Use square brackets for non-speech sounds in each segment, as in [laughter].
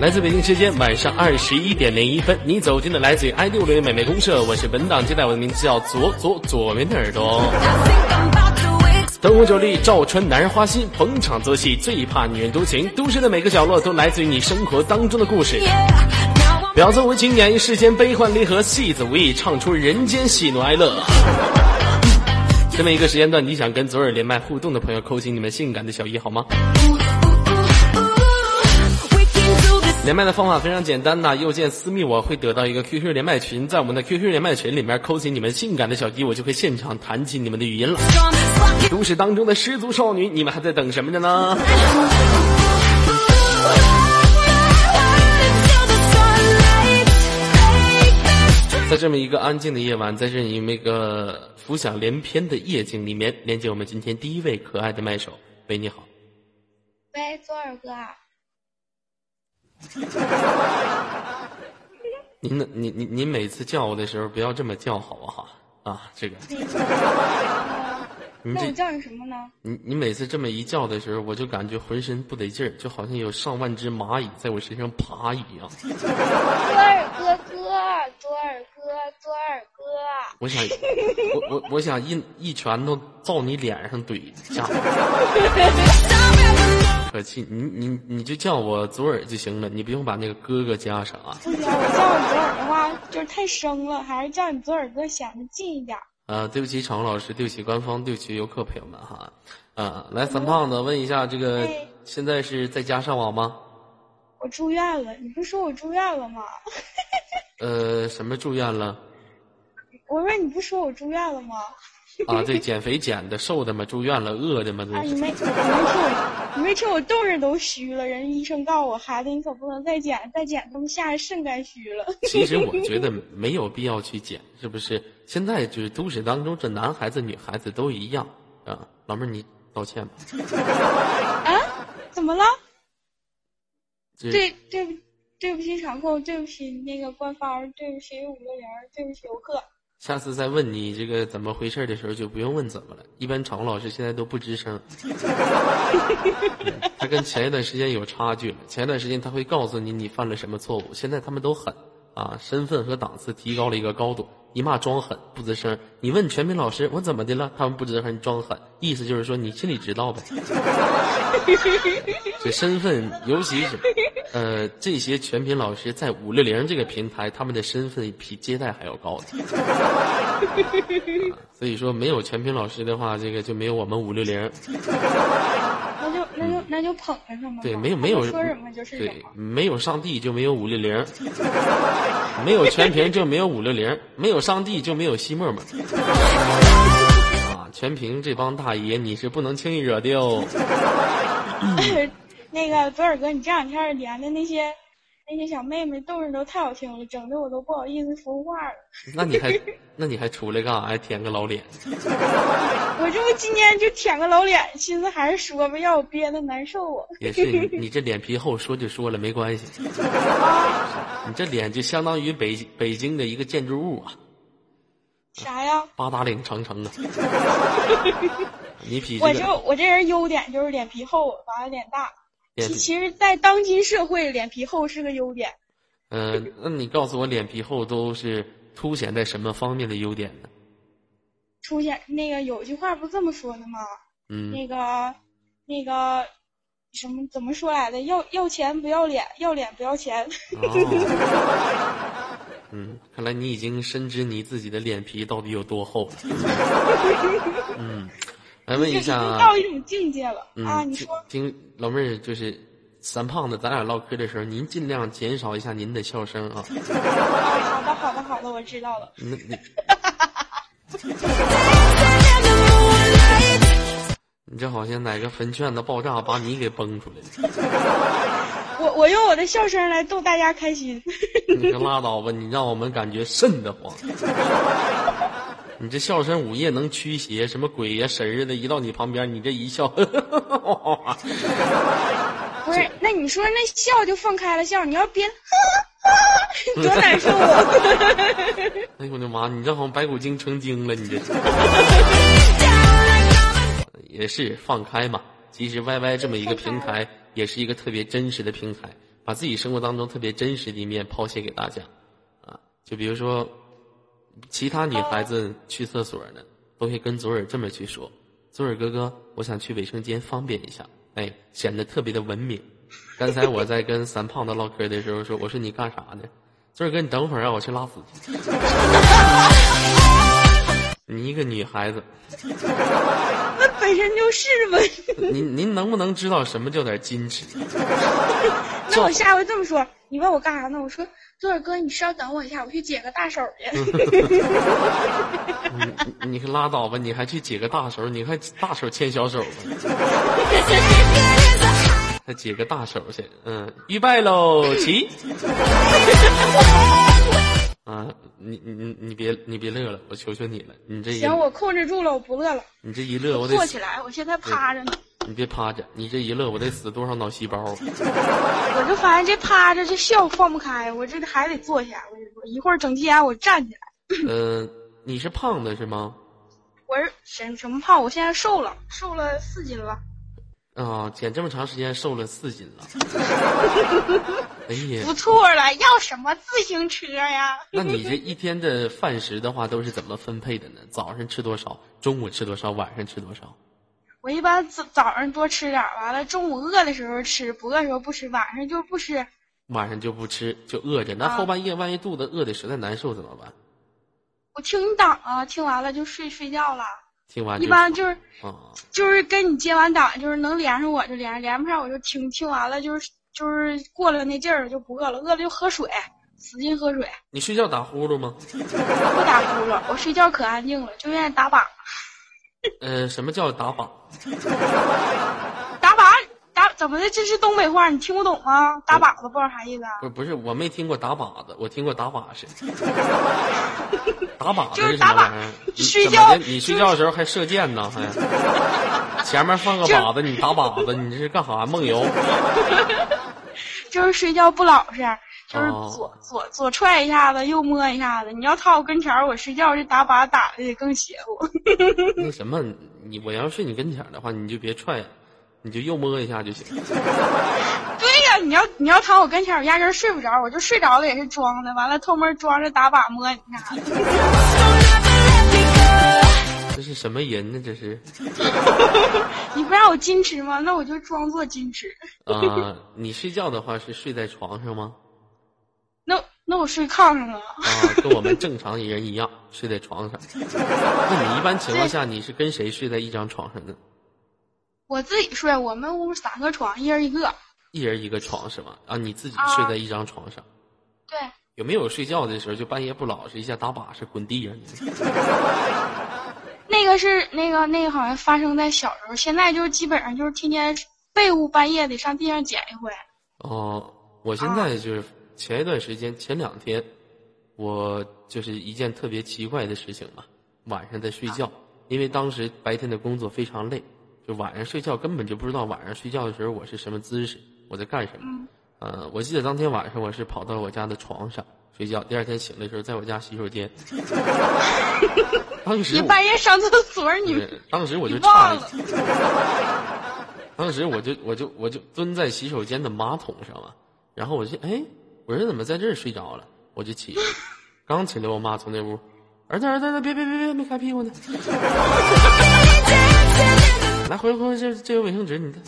来自北京时间晚上二十一点零一分，你走进的来自于 i 六零美美公社，我是本档接待，我的名字叫左左左边的耳朵。灯红酒绿，照穿男人花心，逢场作戏，最怕女人多情。都市的每个角落都来自于你生活当中的故事。婊子无情演绎世间悲欢离合，戏子无意唱出人间喜怒哀乐。 [laughs] 这么一个时间段，你想跟左耳连麦互动的朋友，扣起你们性感的小一好吗？连麦的方法非常简单呐、右键私密我会得到一个 QQ 连麦群，在我们的 QQ 连麦群里面扣起你们性感的小鸡，我就会现场弹起你们的语音了。都市当中的失足少女，你们还在等什么着呢？在这么一个安静的夜晚，在这一个浮想联翩的夜景里面，连接我们今天第一位可爱的麦手。喂，你好，喂，左耳哥，啊您呢？您您您每次叫我的时候不要这么叫好不好？啊，这个，您那我这叫你什么呢？你你每次这么一叫的时候，我就感觉浑身不得劲儿，就好像有上万只蚂蚁在我身上爬一样。左耳哥哥，左耳哥，左耳哥，我想，我我我想一一拳头照你脸上怼，吓死我！可气，你你你就叫我左耳就行了，你不用把那个哥哥加上啊。不行，我叫你左耳的话就是太生了，还是叫你左耳哥显得近一点。呃，对不起，场务老师，对不起，官方，对不起，游客朋友们哈。呃，来，三胖子问一下，这个哎现在是在家上网吗？我住院了，你不说我住院了吗？呃，什么住院了？我说你不说我住院了吗？啊，对，减肥减的，瘦的嘛，住院了，饿的嘛，都啊，你是。没你没瞅我，你没瞅我冻着都虚了。人医生告诉我，孩子你可不能再减，再减他们吓得肾肝虚了。 [laughs] 其实我觉得没有必要去减，是不是？现在就是都市当中，这男孩子、女孩子都一样啊。老妹儿，你道歉吧。啊？怎么了？这对对不对不起场控，对不起那个官方，对不起五六零，对不起游客。下次再问你这个怎么回事的时候，就不用问怎么了。一般场务老师现在都不吱声，嗯他跟前一段时间有差距了。前一段时间他会告诉你你犯了什么错误，现在他们都狠啊，身份和档次提高了一个高度。一骂装狠不吱声，你问全民老师我怎么的了，他们不吱声装狠，意思就是说你心里知道呗。这身份，尤其是，呃，这些全频老师在五六零这个平台，他们的身份比接待还要高的。所以说，没有全频老师的话，这个就没有我们五六 [laughs] 零。那就那就那就捧着他们吧。对，没有没有他们说什么就是什对么。，没有上帝就没有五六零，没有全屏就没有五六零，没有上帝就没有西沫沫。啊，全屏这帮大爷你是不能轻易惹的哟。那个左耳哥，你这两天连的那些那些小妹妹动着都太好听了，整的我都不好意思说话了。那你还那你还出来干啥呀？舔个老脸。我这不今天就舔个老脸，心思还是说吧，要我憋的难受啊。也是你，你这脸皮厚，说就说了，没关系。你这脸就相当于北北京的一个建筑物啊， [laughs] 啥呀？八达岭长城啊。你比我这就个我这人优点就是脸皮厚，完了脸大。脸其皮，其实，在当今社会，脸皮厚是个优点。嗯、那你告诉我，脸皮厚都是凸显在什么方面的优点呢？出现那个有句话不这么说的吗？嗯，那个那个什么怎么说来的？要要钱不要脸，要脸不要钱。哦， [laughs] 嗯，看来你已经深知你自己的脸皮到底有多厚 [laughs] 了。嗯，来问就一已经下啊， [laughs] 到一种境界了、嗯，啊！你听说听老妹儿就是三胖子，咱俩唠嗑的时候，您尽量减少一下您的笑声啊。啊，好的好的好的，我知道了。那 [laughs] 你，你这好像哪个坟圈子爆炸把你给崩出来了？我我用我的笑声来逗大家开心。你可拉倒吧，你让我们感觉瘆得慌。你这笑声午夜能驱邪，什么鬼呀、神儿的，啊一到你旁边，你这一笑，[laughs] [laughs] 不是，那你说那笑就放开了笑，你要憋， [laughs] 多难受 [laughs] 啊！哎呦我的妈！你这好像白骨精成精了，你这是。也是放开嘛。其实 YY 这么一个平台，也是一个特别真实的平台，把自己生活当中特别真实的一面抛卸给大家，啊，就比如说，其他女孩子去厕所呢，都会跟左耳这么去说：“左耳哥哥，我想去卫生间方便一下。”哎，显得特别的文明。刚才我在跟三胖子唠嗑的时候说：“我说你干啥呢？”左耳哥，你等会儿啊，我去拉屎去。你一个女孩子，那本身就是 [laughs] 文明。您您能不能知道什么叫点矜持？ [laughs] 那我下回这么说，你问我干啥呢？我说左耳哥，你稍等我一下，我去解个大手嗯去。你你可拉倒吧，你还去解个大手？你还大手牵小手吧？还解个大手去？嗯，预备喽，起！啊，你你你你别你别乐了，我求求你了，你这一 [laughs] 行，我控制住了，我不乐了。你这一乐，我得坐起来，我现在趴着呢。你别趴着，你这一乐，我得死多少脑细胞啊！我就发现这趴着这笑放不开，我这还得坐下。我跟你说，一会儿整天我站起来，嗯、你是胖子是吗？我是什什么胖？我现在瘦了，瘦了四斤了。啊、减这么长时间瘦了四斤 [laughs] 了。哎呀不，错了，要什么自行车呀？ [laughs] 那你这一天的饭食的话，都是怎么分配的呢？早上吃多少，中午吃多少，晚上吃多少？我一般早早上多吃点儿，完了中午饿的时候吃，不饿的时候不吃，晚上就不吃。晚上就不吃，就饿着。那啊后半夜万一肚子饿的实在难受怎么办？我听你档啊，听完了就睡睡觉了。听完一就般就是啊，就是跟你接完档，就是能连上我就连，连不上我就听，听完了就是就是过了那劲儿就不饿了，饿了就喝水，使劲喝水，你睡觉打呼噜吗？不打呼噜。我睡觉可安静了，就愿意打靶，呃，什么叫打靶？打靶打怎么的？这是东北话，你听不懂吗？打靶子不知道啥意思啊？不是不是，我没听过打靶子，我听过打靶 [laughs] 是。打靶子就是什么打靶玩意儿？你睡怎么的觉你就睡是觉的时候还射箭呢，还、前面放个就是靶子，你打靶子，你这是干啥？梦游？就是睡觉不老实，就是哦左、左左踹一下子，右摸一下子。你要躺我跟前儿，我睡觉这打靶打的得更邪乎。 [laughs] 那什么，你我要睡你跟前儿的话，你就别踹，你就又摸一下就行。对呀、你要你要躺我跟前儿，我压根儿睡不着，我就睡着了也是装的，完了偷摸装着打靶摸你啥的。这是什么人呢？这是你不让我矜持吗？那我就装作矜持。啊、你睡觉的话是睡在床上吗？那那我睡炕上了，啊，跟我们正常人一样睡在床上。那你一般情况下你是跟谁睡在一张床上呢？我自己睡，我们屋三个床，一人一个。一人一个床是吗？啊，你自己啊睡在一张床上，对，有没有睡觉的时候就半夜不老实，一下打靶是滚地上的？那个是那个那个好像发生在小时候，现在就是基本上就是天天被褥半夜得上地上捡一哎回。哦，我啊现在就是前一段时间，前两天，我就是一件特别奇怪的事情嘛，晚上在睡啊觉，因为当时白天的工作非常累，就晚上睡觉根本就不知道晚上睡觉的时候我是什么姿势，我在干什么。嗯呃，我记得当天晚上我是跑到我家的床上睡觉，第二天醒的时候在我家洗手 [laughs] 间，当时你我半夜上厕所，你对当时我就你差忘一了，当时我就我就我就蹲在洗手间的马桶上了，然后我就哎，我说怎么在这儿睡着了？我就起来，刚起来，我妈从那屋，儿子儿子儿子，别别别别，没开屁股呢，来回回这这有卫生纸，你看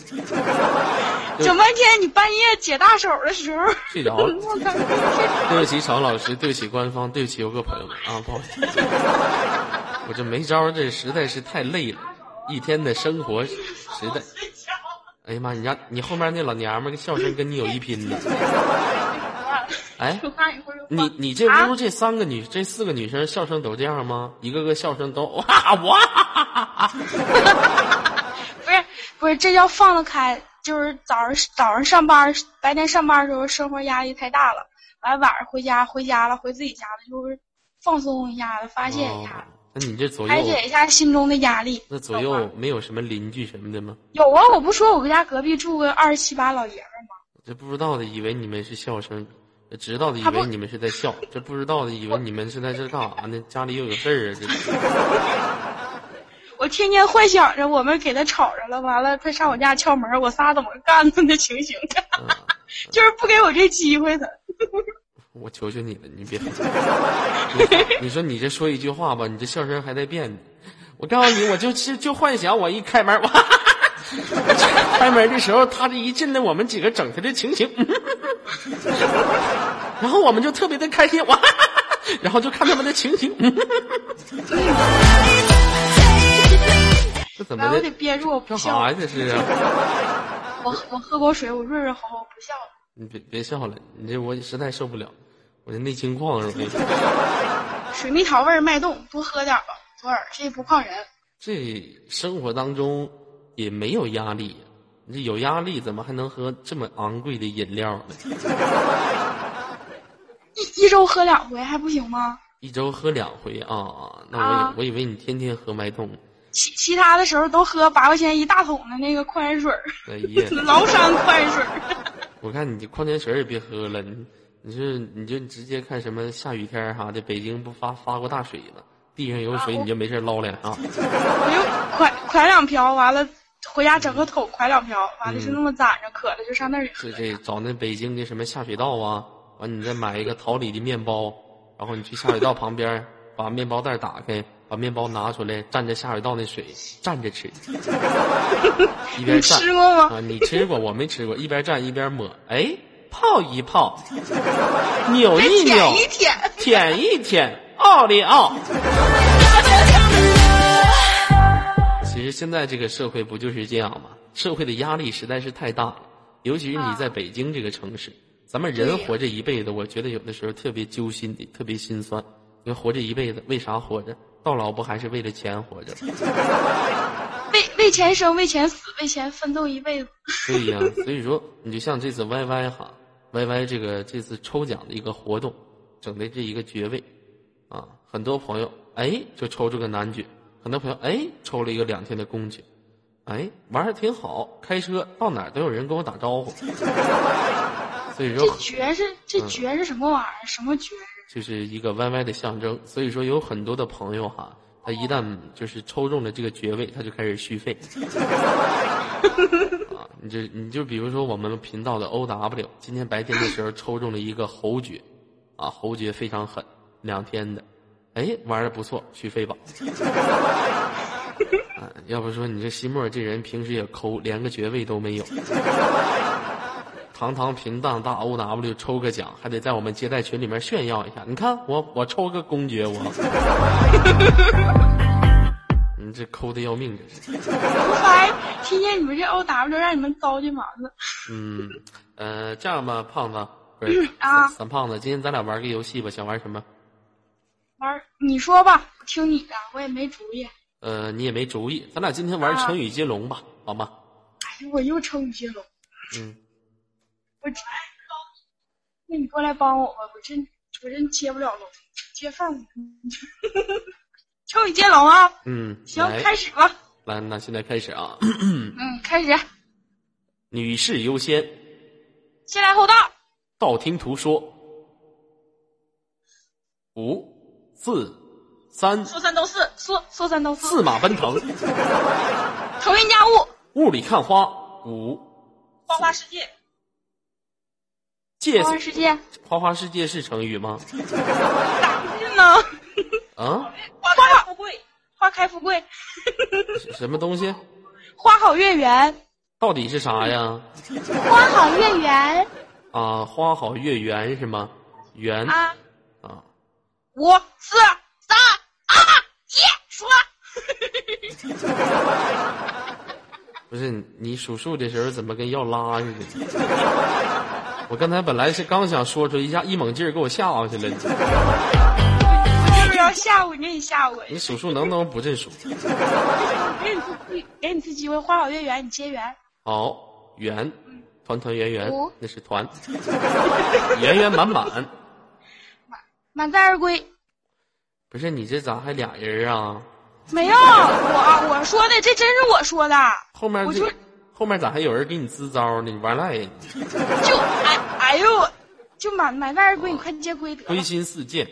整半天你半夜解大手的时候，睡着了。 [laughs] 我感觉对不起，曹老师，对不起官方，对不起游客朋友们啊，不好意思，我这没招儿，这实在是太累了，一天的生活实在。哎呀妈，你家你后面那老娘们儿笑声跟你有一拼 [laughs] 呢。哎，我看一会儿就你换你这啊屋这三个女、这四个女生笑声都这样吗？一个个笑声都哇 [laughs] 哇，不是不是，这叫放得开，就是早上早上上班，白天上班的时候生活压力太大了，完晚上回家回家了，回自己家了，就是放松一下子，发泄一下哦，那你这左排右解一下心中的压力。那左懂右吗没有什么邻居什么的吗？有啊，我不说我们家隔壁住个二十七八老爷们儿吗？这不知道的以为你们是笑声，这知道的以他为不你们是在笑，这不知道的以为你们是在这干啥呢？家里又有事儿啊！这是我天天幻想着我们给他吵着了，完了他上我家敲门，我仨怎么干他的情形。嗯 [laughs] 就是不给我这机会他。我求求你了，你别你， [laughs] 你说你这说一句话吧，你这笑声还带变的。我告诉你，我就是就幻想我一开门，哇， [laughs] 开门的时候他这一进来，我们几个整他的情形，然后我们就特别的开心，哇，然后就看他们的情 [laughs] 形，这怎么来，我的得？憋住，我不干笑啥了。呀？这是啊！我我喝口水，我润润喉，我不笑了。你别别笑了，你这我实在受不了，我这内心旷是吧？水蜜桃味儿脉动，多喝点吧，左耳，这不旷人。这生活当中也没有压力，你这有压力怎么还能喝这么昂贵的饮料呢？一一周喝两回还不行吗？一周喝两回啊？那我以、啊我以为你天天喝脉动，其其他的时候都喝八块钱一大桶的那个矿泉水儿，，哎呀崂山矿泉水儿。我看你这矿泉水也别喝了，你你是你就直接看什么下雨天儿啥的，北京不发发过大水吗？地上有水啊我你就没事捞两啊，我就蒯蒯两瓢，完了回家整个桶蒯两瓢，完了就那么攒着，渴了就上那里喝这。这找那北京的什么下水道啊，完你再买一个桃李的面包，然后你去下水道旁边儿把面包袋打开，把面包拿出来，蘸着下水道那水蘸着吃，一边你蘸吃过吗？啊，你吃过我没吃过，一边蘸一边抹，哎，泡一泡，扭再一扭舔，一 [laughs] 舔一舔。舔，奥利奥。 [laughs] 其实现在这个社会不就是这样吗？社会的压力实在是太大了，尤其是你啊在北京这个城市，咱们人对呀活着一辈子，我觉得有的时候特别揪心的，特别心酸。你说活着一辈子，为啥活着？到老不还是为了钱活着？为为钱生，为钱死，为钱奋斗一辈子。对呀、所以说你就像这次 YY 哈，YY 这个这次抽奖的一个活动，整的这一个爵位，啊，很多朋友哎就抽出个男爵，很多朋友哎抽了一个两天的公爵，哎玩的挺好，开车到哪儿都有人跟我打招呼， [laughs] 所以说这爵是这爵是什么玩意儿？什么爵士？就是一个 YY 的象征，所以说有很多的朋友哈。他一旦就是抽中了这个爵位，他就开始续费。啊，你就你就比如说我们频道的 OW，今天白天的时候抽中了一个侯爵，啊，侯爵非常狠，两天的，哎，玩的不错，续费吧。啊，要不说你这西莫这人平时也抠，连个爵位都没有。堂堂平淡大 OW 抽个奖，还得在我们接待群里面炫耀一下。你看我我抽个公爵，我， [laughs] 你这抠的要命，这是。我发现听见你们这 O W 让你们糟践完了。嗯，呃，这样吧，胖子，不是啊三胖子，今天咱俩玩个游戏吧，想玩什么？玩儿，你说吧，我听你的，我也没主意。哎呃，你也没主意，咱俩今天玩啊成语接龙吧，好吗？哎，我又成语接龙，嗯，我真，那你过来帮我吧，我真我真接不了龙，接缝儿。 [laughs] 成语接龙啊，嗯，行，来开始吧。来，那现在开始啊， [clears throat] 嗯，开始，女士优先，先来后到。道听途说。五、四、三，说三道四，说说三道四四。马奔腾，腾云驾雾，雾里看花。五、花花世界，借花花世界，花花世界是成语吗？咋不是呢？啊，花开富贵，花开富贵，什么东西？花好月圆，到底是啥呀？花好月圆啊，花好月圆是吗？圆啊！啊五四三二一，说。不是你你数数的时候怎么跟要拉似的？我刚才本来是刚想说出一下，一猛劲儿给我吓过去了。要不要吓唬你？你吓唬我你数数能不能不认数？给你次机，给你次机会，花好月圆，你结缘。好，圆，团团圆圆五，那是团，圆圆满满。满载而归。不是你这咋还俩人啊？没有，我我说的，这真是我说的。后面我这说后面咋还有人给你支招呢？你玩赖呀你！就哎哎呦，就满满载而归，你快接归得归了。心似箭。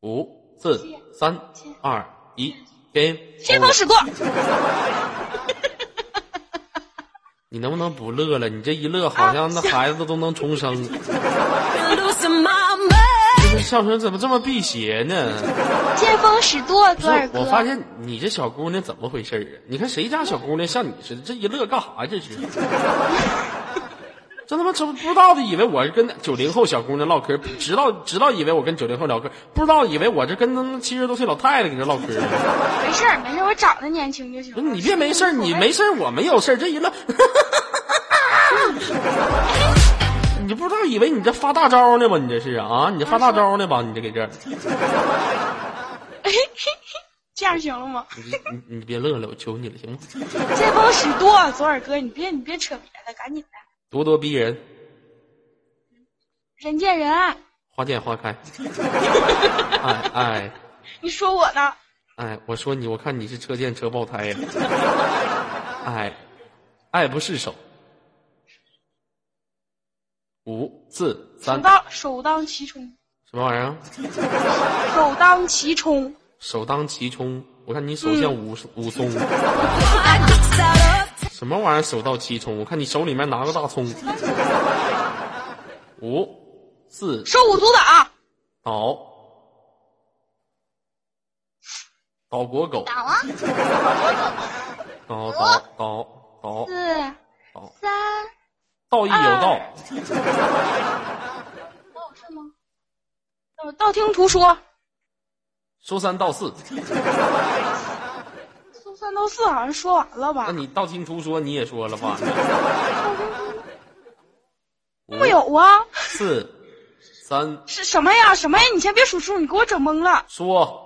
五、四、三、二、一，game 哦先锋 over。使舵，你能不能不乐了？你这一乐，好像那孩子都能重生。这个笑声怎么这么辟邪呢？见风使舵，不左耳是，哥。我发现你这小姑娘怎么回事儿啊？你看谁家小姑娘像你似的，这一乐干啥呀？这是，这他妈这不知道的以为我是跟九零后小姑娘唠嗑，知道知道以为我跟九零后聊嗑，不知道以为我这跟他妈七十多岁老太太搁这唠嗑呢。 [laughs] 没事儿，没事儿，我长得年轻就行不了。是你别没事儿，你没事儿，我没有事儿，这一乐， [laughs] 你不知道以为你这发大招呢吧？你这是啊，你这发大招呢吧？你这给这儿， [laughs] 这样行了吗？你你你别乐了，我求你了，行吗？见风使舵，左耳哥，你别你别扯别的，赶紧的，咄咄逼人，人见人爱。花见花开，哎哎你说我呢？哎，我说你，我看你是车见车爆胎了，哎，爱不释手，五四首三，当首当其冲，什么玩意儿？首当其冲，首当其冲，我看你手像武、武松，什么玩意儿？手到其冲，我看你手里面拿个大葱。五、四、手舞足蹈，啊倒，倒国狗，哦打啊！倒倒倒倒四倒，三，道义有道，哦，是吗？道道听途说，说三道四。说三道四好像说完了吧那？你道听途说你也说了吧？五、木有啊？四、三，是什么呀？什么呀？你先别数数，你给我整懵了。说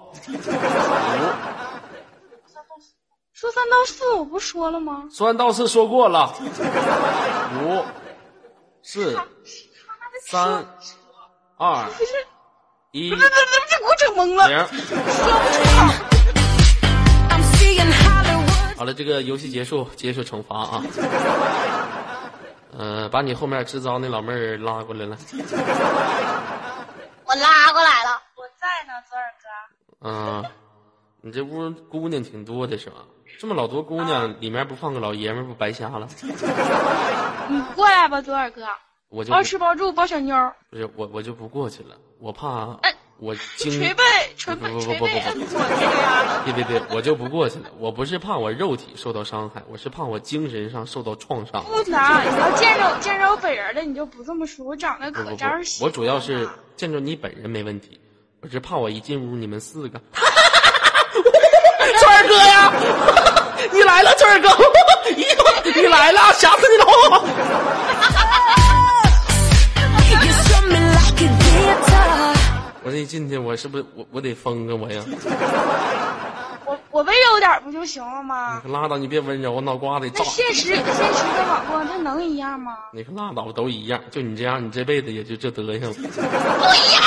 说三道四，我不说了吗？说三道四说过了。五、四、三、二、不是，一，不是，不是，这给我整懵了。零。 [laughs] 好了，这个游戏结束，接受惩罚啊。 [laughs] 呃，把你后面支招那老妹儿拉过来了。我拉过来了，我在呢，左耳哥。嗯、你这屋姑娘挺多的是吧？这么老多姑娘，里面不放个老爷们儿，不白瞎了？你过来吧，左耳哥，我就包不吃包住包小妞儿，不是我，我就不过去了，我怕哎我经捶背捶背不不不捶不不背摁我这个呀。别别别，我就不过去了。我不是怕我肉体受到伤害，我是怕我精神上受到创伤。不能，啊你要见着见着我本人了，你就不这么说，我长得不可不不招啊人，喜我欢主要是了见着你本人没问题，我是怕我一进屋你们四 [laughs] 个。川儿哥呀， [laughs] 你来了，川儿哥，你来了，吓死你了！ [laughs] 我这一进去，我是不是我我得疯啊我呀？我我温柔点儿不就行了你吗？可拉倒，你别温柔，我脑瓜子那炸。现实现实跟网络那能一样吗？你可拉倒，都一样。就你这样，你这辈子也就这德行。都一样。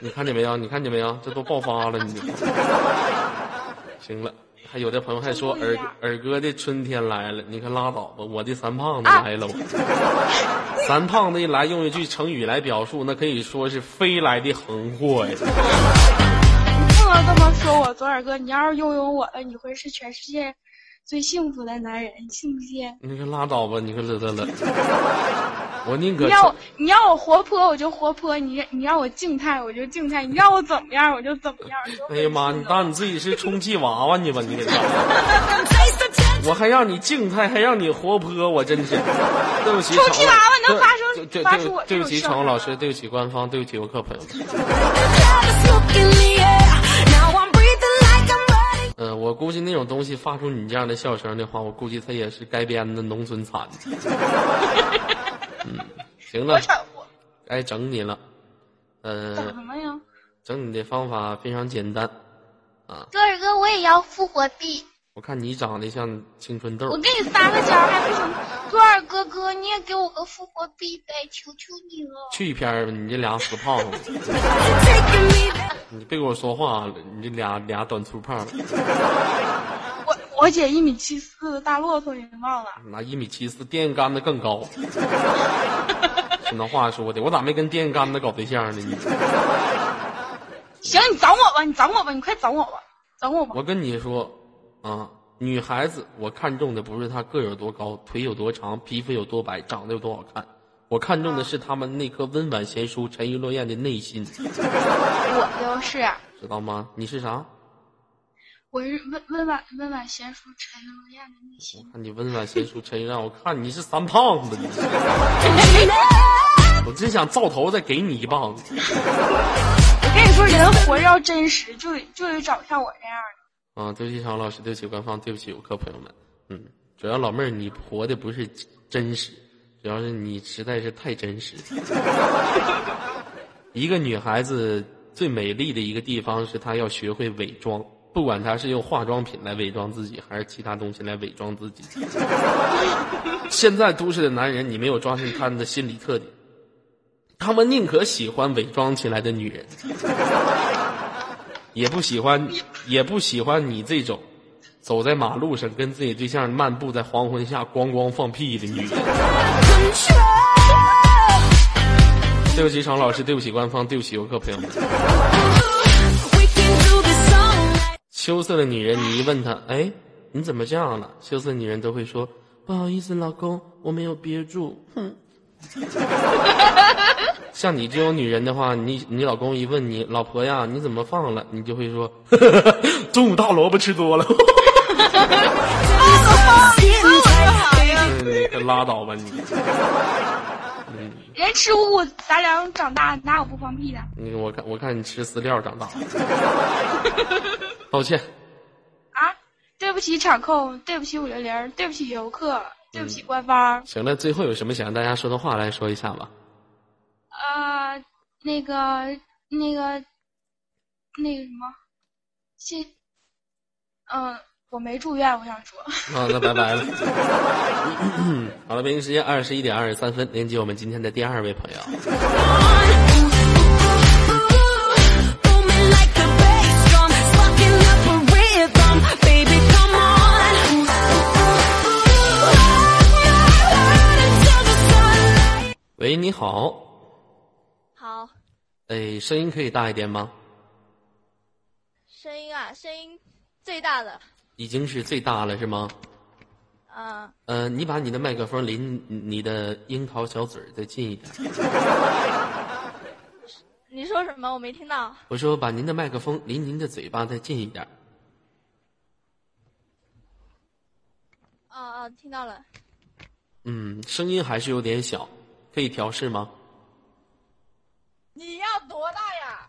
你看见没有？你看见没有？这都爆发了，你。行了，还有的朋友还说都一耳样耳哥的春天来了，你可拉倒吧！我的三胖子啊来了，我三胖子一来，用一句成语来表述，那可以说是飞来的横祸呀！不能这么说我，左耳哥，你要是拥有我了，你会是全世界最幸福的男人，你信不信？你可拉倒吧，你可乐乐了。我宁可你让我你让我活泼我就活泼，你你让我静态我就静态，你让我怎么样我就怎么样。你就哎呀妈！会你信了当你自己是充气娃娃呢吧？你给当，我还让你静态，还让你活泼，我真 [laughs] 是。对不起，充气娃娃程老能发生对对发对出我对不这种起，效程果老吗师，对不起，官方，对不起，游客朋友们。嗯、我估计那种东西发出你这样的笑声的话，我估计它也是该编的农村惨。嗯，行了我，整我该整你了。嗯、整什么呀？整你的方法非常简单。啊周二哥，我也要复活币。我看你长得像青春痘我儿，给你撒个娇还不行？周二哥哥，你也给我个复活币呗，求求你了。去一片儿吧，你这俩死胖子。你别跟我说话了，你这俩俩短粗胖子，我我姐一米七四的大骆驼，你忘了？拿一米七四电线杆子更高。是那话说的，我咋没跟电线杆子搞对象呢？你行，你整我吧，你整我吧，你快整我吧，整我吧！我跟你说，啊，女孩子我看中的不是她个儿有多高、腿有多长、皮肤有多白、长得有多好看，我看中的是她们那颗温婉贤淑、沉鱼落雁的内心，我就是，啊知道吗？你是啥？我是温温婉温婉贤淑、沉鱼落雁的内心。看你温婉贤淑、沉鱼让我看你是三胖子，你 [laughs] 是我真想照头再给你一棒子我跟你说，人活着要真实，就得就得找像我这样的。啊！对不起，常老师，对不起，官方，对不起，游客朋友们，嗯，主要老妹儿你活的不是真实，主要是你实在是太真实。 [laughs] 一个女孩子最美丽的一个地方是她要学会伪装，不管她是用化妆品来伪装自己，还是其他东西来伪装自己。现在都市的男人，你没有抓住他们的心理特点，他们宁可喜欢伪装起来的女人，也不喜欢，也不喜欢你这种走在马路上跟自己对象漫步在黄昏下咣咣放屁的女人。对不起，常老师，对不起，官方，对不起，游客朋友们。羞涩的女人，你一问她，哎，你怎么这样了？羞涩女人都会说，不好意思，老公，我没有憋住。哼。像你这种女人的话，你你老公一问你，老婆呀，你怎么放了？你就会说， [laughs] 中午大萝卜吃多了。 [laughs] 你可拉倒吧你！人吃五谷杂粮长大，哪有不放屁的？你我看我看你吃饲料长大。 [laughs] 道歉，啊，对不起场控，对不起五六零，对不起游客，对不起官方。行了，最后有什么想让大家说的话来说一下吧。呃，那个那个那个什么，谢，嗯、我没住院，我想说，啊，那拜拜了。 [coughs] 好了，北京时间二十一点二十三分，连接我们今天的第二位朋友。喂，你好，好，哎，声音可以大一点吗？声音啊，声音最大的，已经是最大了是吗？嗯、呃，你把你的麦克风离你你的樱桃小嘴儿再近一点。你说什么？我没听到。我说把您的麦克风离您的嘴巴再近一点。哦哦，听到了。嗯，声音还是有点小，可以调试吗？你要多大呀？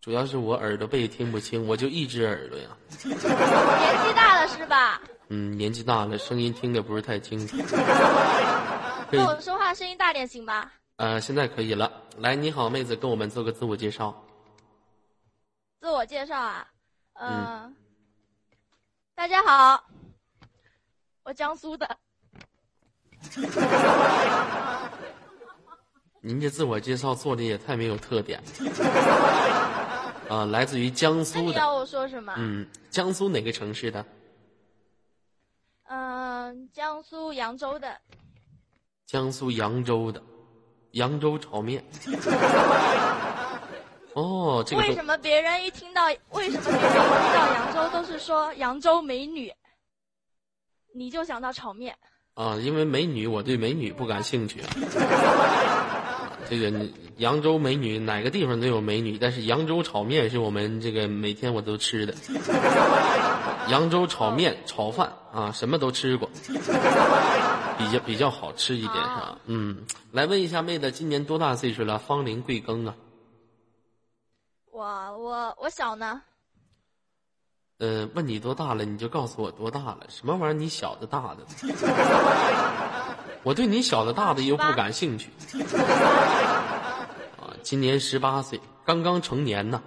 主要是我耳朵背听不清，我就一只耳朵呀。年纪大了是吧？嗯，年纪大了，声音听得不是太清 [laughs] 楚。可以那，我说话声音大点行吧？呃，现在可以了。来，你好，妹子，跟我们做个自我介绍。自我介绍啊，嗯、大家好，我江苏的，您这自我介绍做的也太没有特点了。 [laughs] 啊、来自于江那苏你的，要我说什么？嗯、嗯，江苏哪个城市的？嗯呃江苏扬州的，江苏扬州的，扬州炒面。哦，这个为东什么别人一听到，为什么别人一听到扬州都是说扬州美女，你就想到炒面？啊，因为美女，我对美女不感兴趣啊。这个你扬州美女，哪个地方都有美女，但是扬州炒面是我们这个每天我都吃的。扬州炒面、炒饭啊，什么都吃过，比较比较好吃一点是哦吧？嗯，来问一下妹子，今年多大岁数了？芳龄贵庚啊？我我我小呢，呃，问你多大了，你就告诉我多大了。什么玩意儿？你小的大的？ [laughs] 我对你小的大的又不感兴趣。 [laughs] 啊，今年十八岁，刚刚成年呢。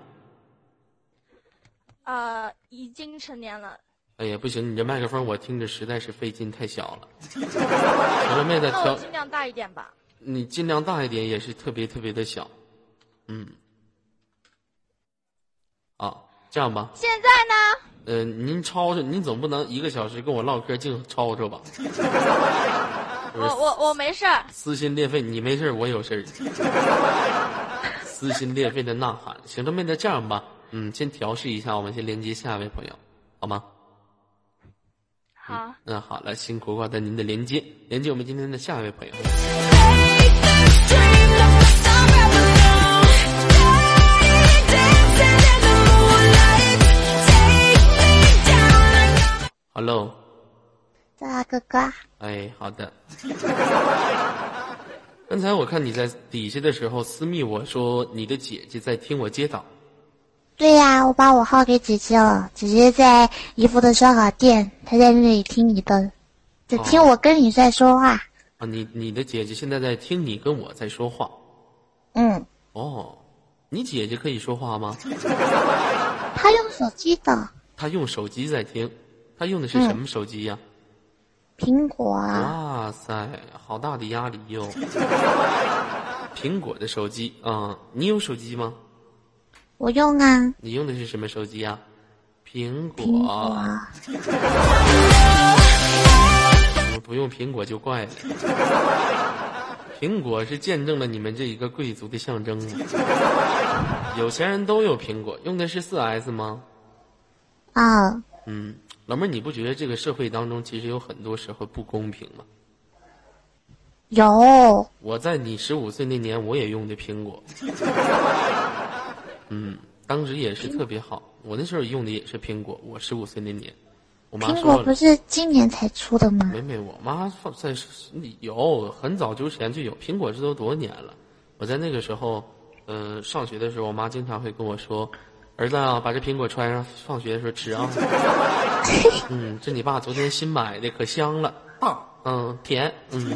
呃，已经成年了。哎呀，不行，你这麦克风我听着实在是费劲，太小了。行了，妹子，那我调尽量大一点吧。你尽量大一点，也是特别特别的小。嗯。啊，这样吧，现在呢？呃，您吵吵，您总不能一个小时跟我唠嗑净吵吵吧？不是我哦我我没事儿。撕心裂肺，你没事儿我有事儿。撕心裂肺的呐喊。行了，妹子，这样吧，嗯，先调试一下，我们先连接下一位朋友，好吗？好，那好了，辛苦挂断您的连接，连接我们今天的下一位朋友。Hello，大啊哥哥，哎，好的。 [laughs] 刚才我看你在底下的时候私密我说你的姐姐在听我接档，对呀、我把我号给姐姐了，姐姐在姨夫的烧烤店，她在那里听你的，只听哦我跟你在说话。啊，你你的姐姐现在在听你跟我在说话。嗯，哦，你姐姐可以说话吗？她用手机的她用手机在听，她用的是什么手机呀、苹果啊，哇塞，好大的压力哟、 [laughs] 苹果的手机啊、你有手机吗？我用啊，你用的是什么手机呀、苹果。啊苹果。啊你们不用苹果就 [laughs] 怪了。苹果是见证了你们这一个贵族的象征啊！有钱人都有苹果，用的是四 S 吗？啊、嗯，老妹儿，你不觉得这个社会当中其实有很多时候不公平吗？有，我在你十五岁那年，我也用的苹 [laughs] 果，嗯，当时也是特别好。我那时候用的也是苹果，我十五岁那年，我妈苹说果了不，是今年才出的吗？没没，我妈放在有很早之前就有苹果，这都多少年了。我在那个时候，呃，上学的时候，我妈经常会跟我说：“儿子啊，把这苹果揣上，放学的时候吃 [laughs] 啊。”嗯，这你爸昨天新买的，可香了，啊大，嗯，甜，嗯。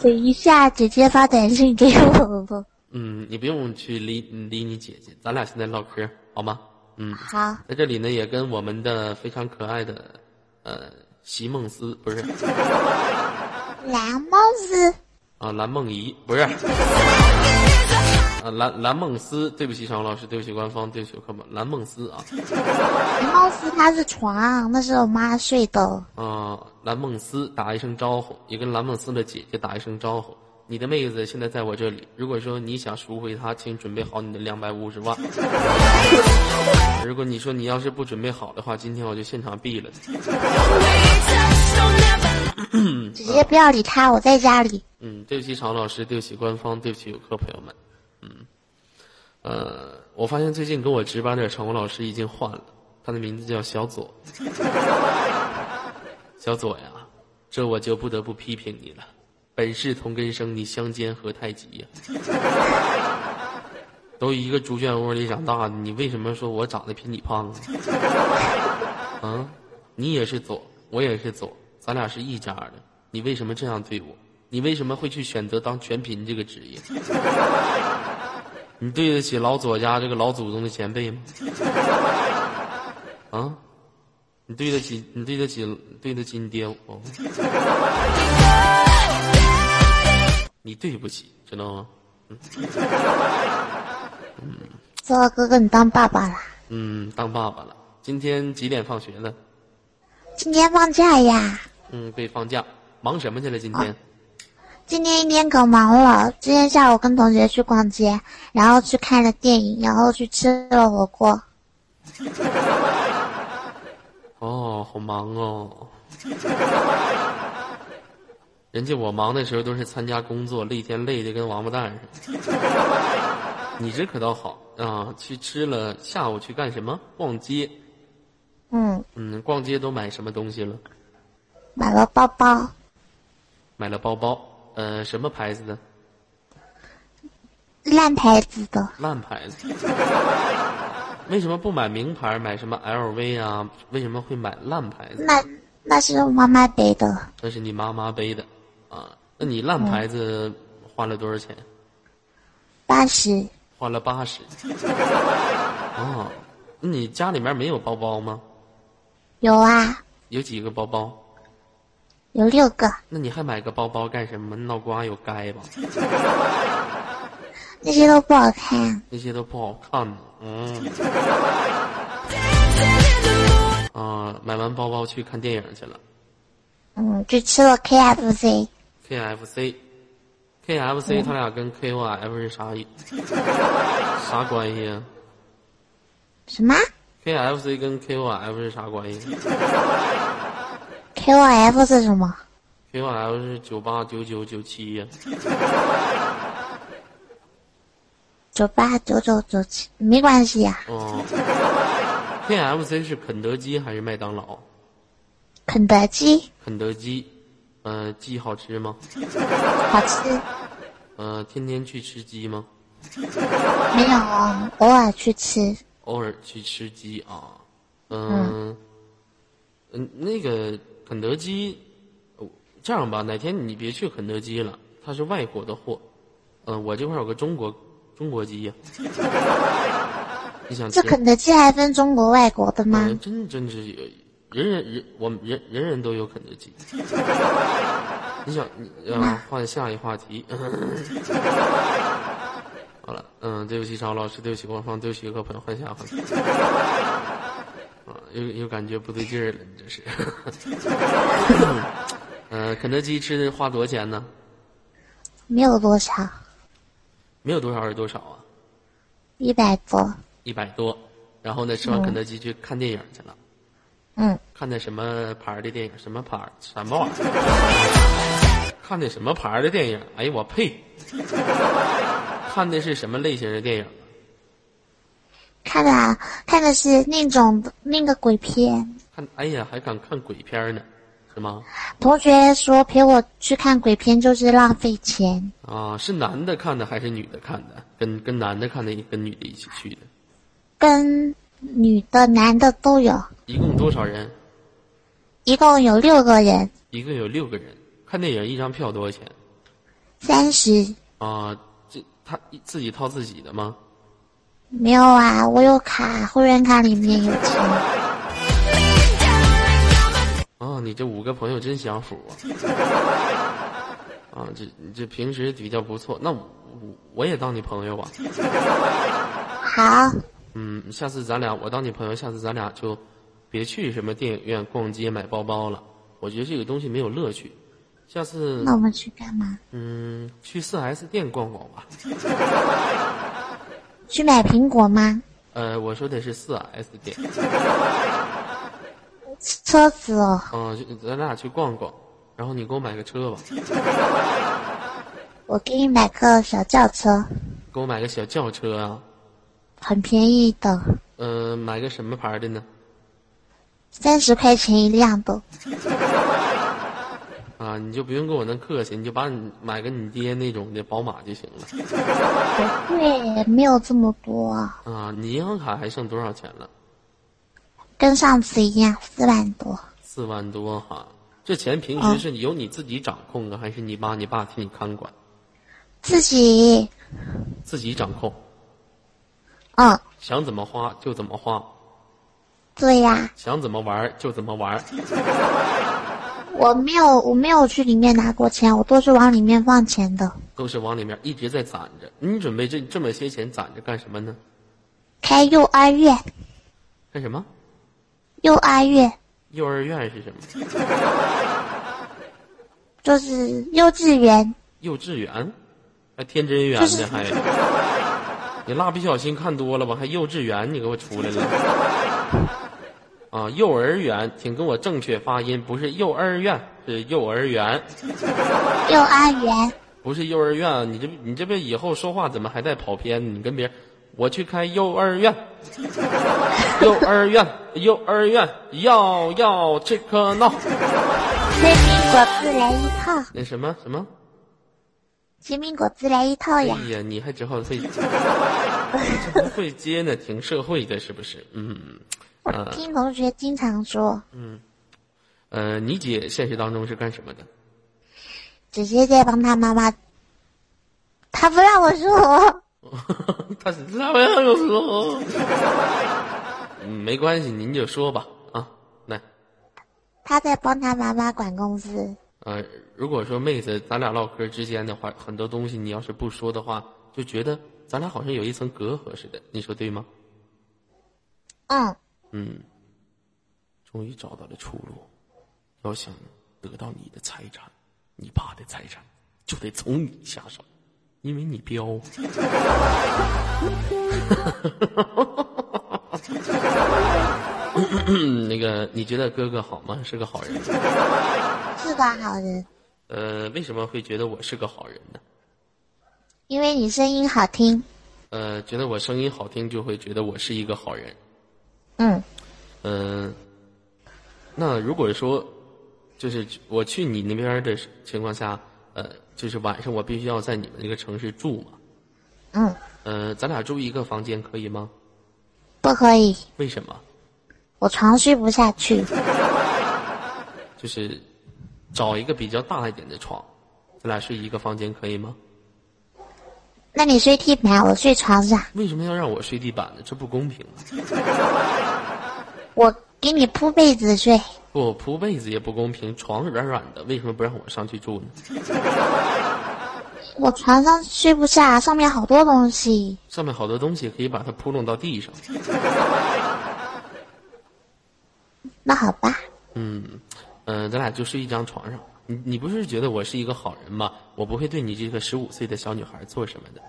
等一下，姐姐发短信给我吧。嗯，你不用去理理你姐姐，咱俩现在唠嗑好吗？嗯，好，在这里呢，也跟我们的非常可爱的呃席梦思不是蓝帽子，啊蓝梦怡不是啊蓝蓝梦思，对不起小王老师，对不起官方，对不起课本，蓝梦思啊蓝帽子它是床，那是我妈睡的。啊蓝梦思打一声招呼，也跟蓝梦思的姐姐打一声招呼。你的妹子现在在我这里，如果说你想赎回她，请准备好你的两百五十万。如果你说你要是不准备好的话，今天我就现场毙了你。姐姐不要理他，我在家里。嗯，对不起，常老师，对不起，官方，对不起，游客朋友们。嗯，呃，我发现最近跟我值班的常务老师已经换了，他的名字叫小左。 [laughs] 小左呀，这我就不得不批评你了，本是同根生，你相煎何太急呀、 [laughs] 都一个猪圈窝里长大的，你为什么说我长得比你胖啊？ [laughs] 啊，你也是左，我也是左，咱俩是一家的。你为什么这样对我？你为什么会去选择当全贫这个职业？ [laughs] 你对得起老左家这个老祖宗的前辈吗？啊，你对得起你对得起对得起你爹我吗？你对不起，知道吗？这哥哥，你当爸爸啦？嗯，当爸爸了。今天几点放学了？今天放假呀？嗯，被放假，忙什么去了？今天？今天一天可忙了。今天下午跟同学去逛街，然后去看了电影，然后去吃了火锅。哦，好忙哦。人家我忙的时候都是参加工作，累天累的跟王八蛋似的。你这可倒好啊，去吃了，下午去干什么？逛街。嗯，嗯，逛街都买什么东西了？买了包包，买了包包，呃，什么牌子的？烂牌子的。烂牌子。为什么不买名牌？买什么 LV 啊？为什么会买烂牌子？那那是我妈妈背的，那是你妈妈背的啊。那你烂牌子花了多少钱？八十花了八十。哦，那你家里面没有包包吗？有啊，有几个包包？有六个。那你还买个包包干什么？脑瓜有该吧？那些都不好看。那些都不好看呢。嗯。啊，买完包包去看电影去了。嗯，就吃了 KFC， KFC。KFC 他俩跟 KOF 是啥意啥关系啊什么？ ？KFC 跟 KOF 是啥关系？ K Y F 是什么？ K Y L 是九八九九九七呀，九八九九九七，没关系啊呀、哦，K F C 是肯德基还是麦当劳？肯德基肯德基，呃，鸡好吃吗？好吃，呃，天天去吃鸡吗？没有，偶尔去吃。偶尔去吃鸡啊，嗯，嗯，那个肯德基，哦这样吧，哪天你别去肯德基了，它是外国的货，嗯、我这块有个中国中国鸡呀、 [laughs] 你想吃这？肯德基还分中国外国的吗嗯？真真是有，人人人我们人人人都有肯德基。 [laughs] 你想，你呃，换下一话题。 [laughs] 好了，嗯，对不起，张老师，对不起，官方，对不起，各位朋友，换下一话题。 [laughs] 啊，又又感觉不对劲儿了，你这是。 [laughs] 嗯、肯德基吃花多少钱呢？没有多少，没有多少是多少啊？一百多。嗯一百多。然后呢，吃完肯德基去看电影去了。嗯，看的什么牌儿的电影？什么牌儿？什么玩意儿？看的什么牌儿的电影？哎呀，我呸！看的是什么类型的电影？看的啊看的是那种那个鬼片。看，哎呀，还敢看鬼片儿呢，是吗？同学说陪我去看鬼片就是浪费钱，啊，是男的看的还是女的看的？跟跟男的看的，跟女的一起去的，跟女的、男的都有，一共多少人？一共有六个人，一共有六个人。看电影一张票多少钱？三十。啊，这他自己掏自己的吗？没有啊，我有卡，会员卡里面有钱。啊，你这五个朋友真享福 [laughs] 啊！啊，这你这平时比较不错，那我我也当你朋友啊。好，嗯，下次咱俩我当你朋友，下次咱俩就别去什么电影院、逛街、买包包了。我觉得这个东西没有乐趣。下次那我们去干嘛？嗯，去四 S 店逛逛吧。去买苹果吗？呃，我说的是四 S 店，车子哦，嗯、就咱俩去逛逛，然后你给我买个车吧，我给你买个小轿车，给我买个小轿车啊，很便宜的，嗯、买个什么牌儿的呢？三十块钱一辆的。啊，你就不用跟我那客气，你就把你买个你爹那种的宝马就行了。对，没有这么多，啊，你银行卡还剩多少钱了？跟上次一样，四万多。四万多哈。这钱平时是由你自己掌控啊，还是你妈你爸替你看管？自己，自己掌控，嗯，想怎么花就怎么花，对呀、想怎么玩儿就怎么玩儿。我没有，我没有去里面拿过钱，我都是往里面放钱的。都是往里面一直在攒着。你准备这这么些钱攒着干什么呢？开幼儿园，干什么？幼儿园幼儿园是什么？就是幼稚园，幼稚园？还天真园呢？还？你蜡笔小新看多了吧？还幼稚园？你给我出来了？啊，幼儿园，请跟我正确发音，不是幼儿园，是幼儿园，幼儿园，不是幼儿园。你这你这不以后说话怎么还带跑偏？你跟别人，我去开幼儿园，幼儿园，幼儿园，要要这个闹，煎饼果子来一套，那什么什么。煎饼果子来一套呀。哎呀，你还只好 [laughs] 会，会接呢，挺社会的，是不是？嗯，我听同学经常说，呃，你姐现实当中是干什么的？ [laughs] 姐姐在帮她妈妈，她不让我说，她是啥玩意儿？说，嗯没关系，您就说吧。啊，来，她在帮她妈妈管公司。呃，如果说妹子，咱俩唠嗑之间的话，很多东西你要是不说的话，就觉得咱俩好像有一层隔阂似的，你说对吗？嗯，嗯，终于找到了出路。要想得到你的财产，你爸的财产，就得从你下手，因为你彪。 [laughs] 那个，你觉得哥哥好吗？是个好人。是个好人，呃，为什么会觉得我是个好人呢？因为你声音好听。呃，觉得我声音好听，就会觉得我是一个好人。嗯，嗯、那如果说，就是我去你那边的情况下，呃，就是晚上我必须要在你们那个城市住嘛。嗯，呃，咱俩住一个房间可以吗？不可以，为什么？我床睡不下去。就是找一个比较大一点的床，咱俩睡一个房间可以吗？那你睡地板，我睡床上。为什么要让我睡地板呢？这不公平啊！我给你铺被子睡，不铺被子也不公平，床软软的，为什么不让我上去住呢？我床上睡不下，上面好多东西。上面好多东西可以把它铺弄到地上。那好吧，嗯，呃，咱俩就睡一张床上。你你不是觉得我是一个好人吗？我不会对你这个十五岁的小女孩做什么的。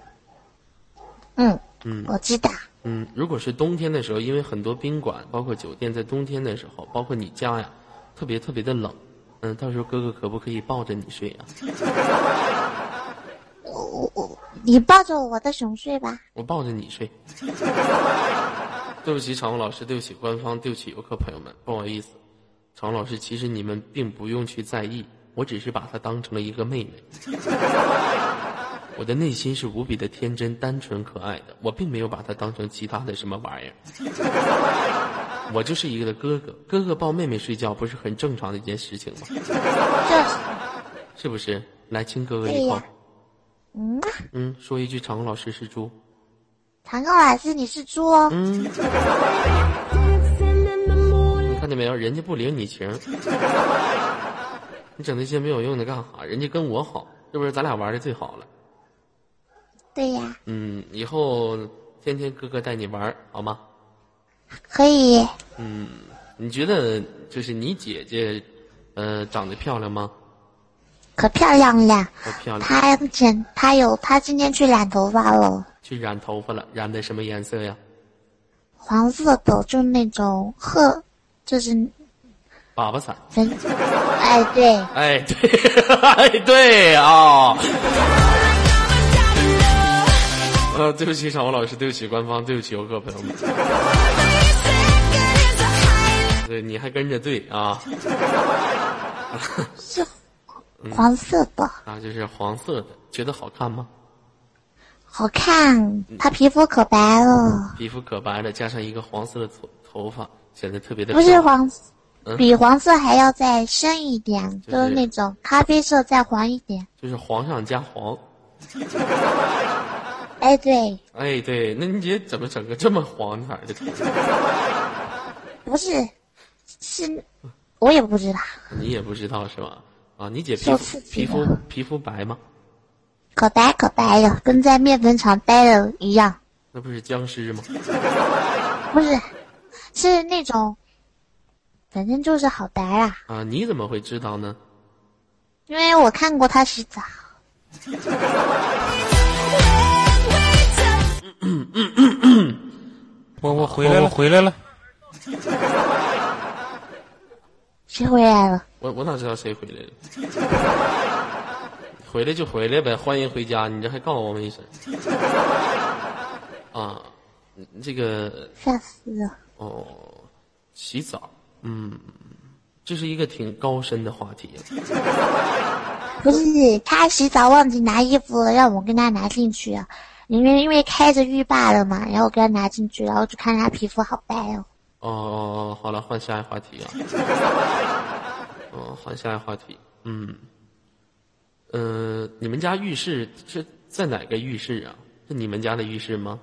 嗯，嗯我知道。嗯，如果是冬天的时候，因为很多宾馆包括酒店在冬天的时候，包括你家呀，特别特别的冷。嗯，到时候哥哥可不可以抱着你睡啊？你抱着我的熊睡吧。我抱着你睡。对不起，场控老师，对不起官方，对不起游客朋友们，不好意思，场控老师，其实你们并不用去在意，我只是把她当成了一个妹妹。我的内心是无比的天真、单纯、可爱的，我并没有把她当成其他的什么玩意儿。我就是一个哥哥，哥哥抱妹妹睡觉不是很正常的一件事情吗？这，是不是？来亲哥哥对一呀口，嗯，嗯，说一句场控老师是猪，唐高老师，你是猪哦。嗯。看见没有，人家不领你情儿， [laughs] 你整那些没有用的干哈？人家跟我好，是不是？咱俩玩的最好了。对呀、嗯，以后天天哥哥带你玩儿好吗？可以。你觉得就是你姐姐，呃，长得漂亮吗？可漂亮了。不漂亮，[laughs] 她剪，她有，她今天去染头发了，去染头发了，染的什么颜色呀？黄色的，就那种褐，就是粑粑色。粉。哎，对，哎，对， [laughs] 哎，对啊。呃，对不起，小王老师，对不起，官方，对不起，游客朋友们。对，你还跟着对啊，是黄色的，啊，就是黄色的，觉得好看吗？好看。嗯她皮肤可白了，皮肤可白了，加上一个黄色的头头发，显得特别的不是漂亮黄，嗯比黄色还要再深一点，就是就是那种咖啡色再黄一点。就是黄上加黄。哎，对，哎，对，那你姐怎么整个这么黄色的头发？不是，是，我也不知道，你也不知道是吧？啊，你姐皮受肤刺激啊皮了肤皮肤白吗？可白可白了，跟在面粉厂待的一样。那不是僵尸吗？不是，是那种，反正就是好白啦。啊，你怎么会知道呢？因为我看过他洗澡，我啊我回来了，哦回来了。谁回来了？我我哪知道谁回来了？ [laughs] 回来就回来呗，欢迎回家。你这还告诉我们一声啊？这个吓死了！哦，洗澡，嗯，这是一个挺高深的话题。啊不是他洗澡忘记拿衣服了，让我跟他拿进去啊。因为因为开着浴霸了嘛，然后我给他拿进去，然后就看他皮肤好白哦。哦哦哦，好了，换下一话题啊。哦，换下一话题。嗯，呃，你们家浴室是在哪个浴室啊？是你们家的浴室吗？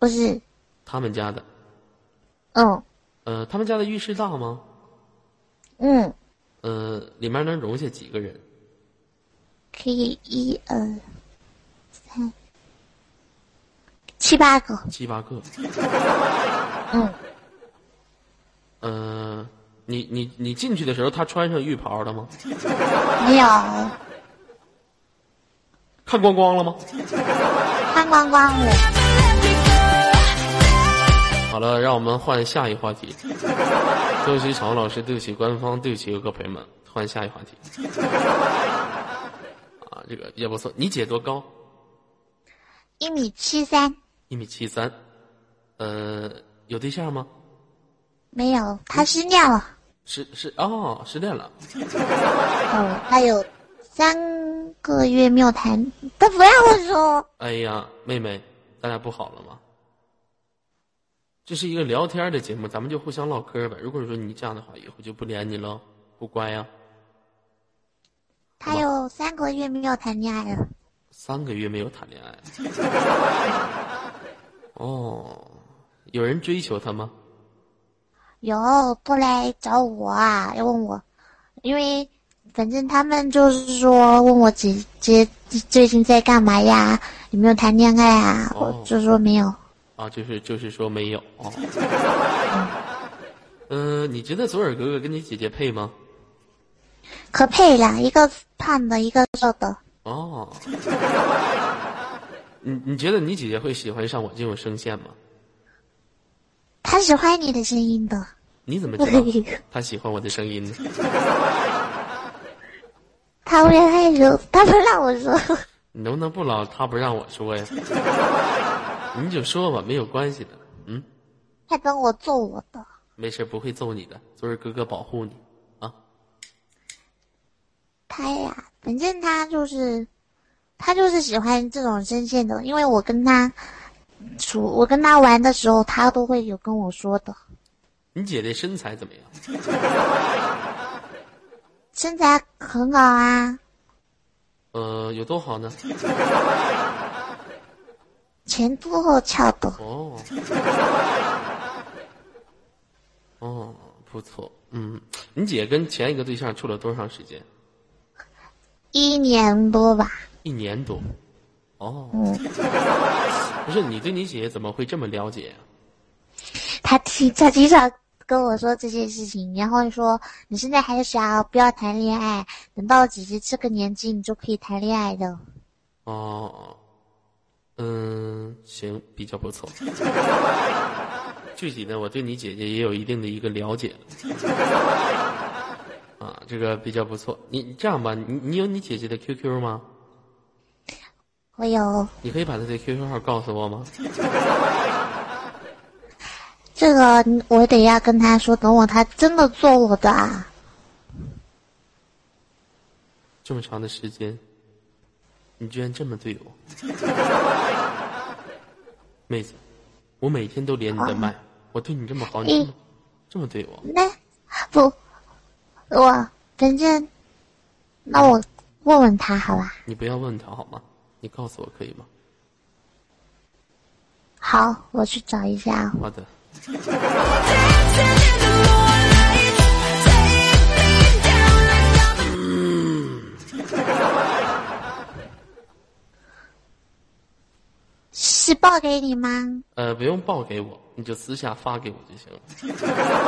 不是，他们家的？嗯呃，他们家的浴室大吗？嗯，呃，里面能容下几个人？可以一二三七八个，七八个。嗯，呃，你你你进去的时候，他穿上浴袍了吗？没有看光光了吗？看光光了。好好了，让我们换下一话题。对不起，场老师，对不起，官方，对不起，游客朋友们，换下一话题。啊，这个也不错。你姐多高？一米七三，一米七三。呃，有对象吗？没有，他失恋了。失失哦，失恋了。哦，他有三个月没有谈，他不让我说。哎呀，妹妹，咱俩不好了吗？这是一个聊天的节目，咱们就互相唠嗑呗。如果说你这样的话，以后就不连你了，不乖呀、他有三个月没有谈恋爱了。三个月没有谈恋爱。哦，有人追求她吗？有都来找我啊，要问我，因为反正他们就是说问我姐姐最近在干嘛呀，有没有谈恋爱啊？哦我就说没有。啊，就是就是说没有。哦。嗯、你觉得左耳哥哥跟你姐姐配吗？可配了，一个胖的，一个瘦的。哦。你你觉得你姐姐会喜欢上我这种声线吗？他喜欢你的声音的，你怎么知道她喜欢我的声音呢？他会害羞，他不让我说。 [laughs] 你能不能不老她不让我说呀？你就说吧，没有关系的。嗯，他跟我做我的，没事，不会揍你的。左耳哥哥保护你啊。他呀，反正他就是，他就是喜欢这种声线的，因为我跟他处，我跟他玩的时候，他都会有跟我说的。你姐姐身材怎么样？身材很好啊，呃，有多好呢？前凸后翘的，哦，哦，不错，嗯，你姐跟前一个对象处了多长时间？一年多吧。一年多。哦，不是你对你姐怎么会这么了解呀、他经他经常跟我说这些事情，然后说你现在还小，不要谈恋爱，等到姐姐这个年纪，你就可以谈恋爱的。哦，嗯，行，比较不错。 [laughs] 具体的，我对你姐姐也有一定的一个了解。啊，这个比较不错。你你这样吧，你你有你姐姐的 QQ 吗？我有你可以把她的 QQ 号告诉我吗？这个，我得要跟他说，等我他真的做我的啊。这么长的时间，你居然这么对我，妹子，我每天都连你的麦，我对你这么好，你这么这么对我，那不，我反正，那我问问他好吧？你不要问他好吗？你告诉我可以吗？好，我去找一下啊。好的，是报给你吗？呃，不用报给我，你就私下发给我就行了。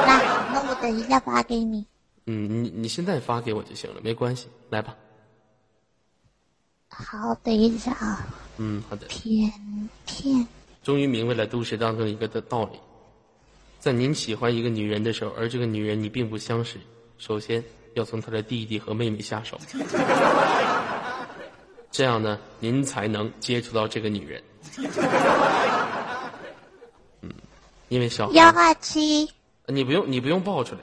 那那我等一下发给你。嗯，你你现在发给我就行了，没关系，来吧。好，等一下啊。嗯，好的。片片，终于明白了都市当中一个的道理：在您喜欢一个女人的时候，而这个女人你并不相识，首先要从她的弟弟和妹妹下手，这样呢，您才能接触到这个女人。嗯，因为小幺孩，二七。你不用你不用报出来，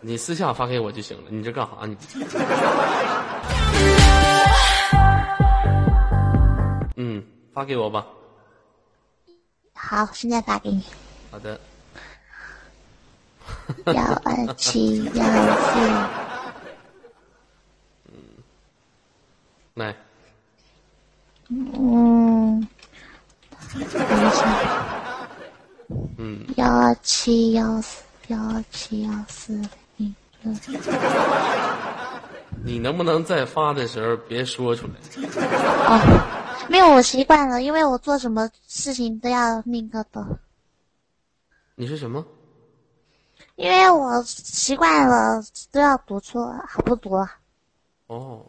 你私下发给我就行了。你这干啥你？嗯，发给我吧。好，现在发给你。好的，幺二七幺四来，，嗯，等一下，嗯，幺二七幺四幺二七幺四零六，你能不能在发的时候别说出来？哦，没有，我习惯了，因为我做什么事情都要那个的，你是什么？因为我习惯了都要读错，好不读啊？哦，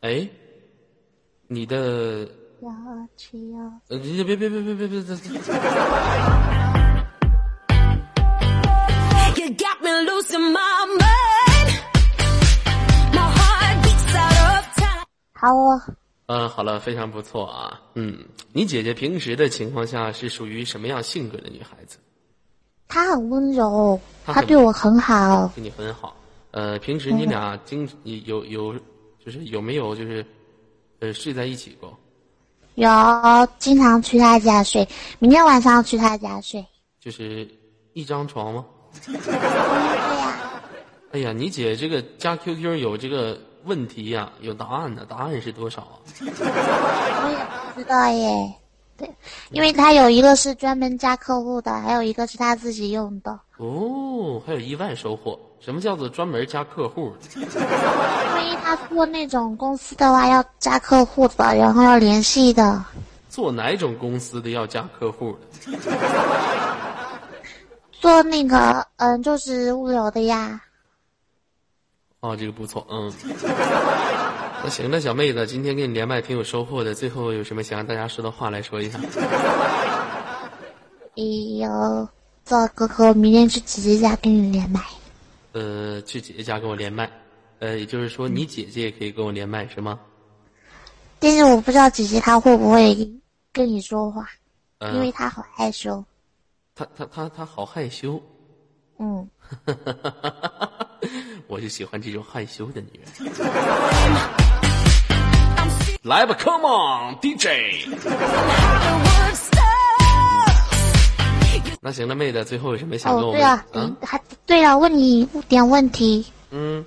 哎，你的要去要呃，你别别别别别别别！ You got me losing my mind. My heart beats out of time. 好哦，嗯，好了，非常不错啊。嗯，你姐姐平时的情况下是属于什么样性格的女孩子？他很温柔，她他很对我很好，对你很好。呃，平时你俩经你有有就是有没有就是呃睡在一起过？有经常去他家睡，明天晚上要去他家睡。就是一张床吗？对呀、哎呀，你姐这个加 QQ 有这个问题呀、有答案呢、答案是多少啊？我也不知道耶。对，因为他有一个是专门加客户的，还有一个是他自己用的。哦，还有意外收获。什么叫做专门加客户？万一他做那种公司的话，要加客户的，然后要联系的。做哪种公司的要加客户的？做那个，嗯，就是物流的呀。哦，这个不错，嗯。那行，那小妹子，今天跟你连麦挺有收获的。最后有什么想让大家说的话来说一下？哎呦，做哥哥，明天去姐姐家跟你连麦。呃，去姐姐家跟我连麦，呃，也就是嗯说你姐姐也可以跟我连麦是吗？但是我不知道姐姐她会不会跟你说话，呃因为她好害羞。她她她她好害羞， [laughs] 嗯，我就喜欢这种害羞的女人。来吧，Come on DJ。 The word stuck. 那行了，妹子，最后有什么想跟哦我对们？了，啊嗯，，还对了，问你一点问题。嗯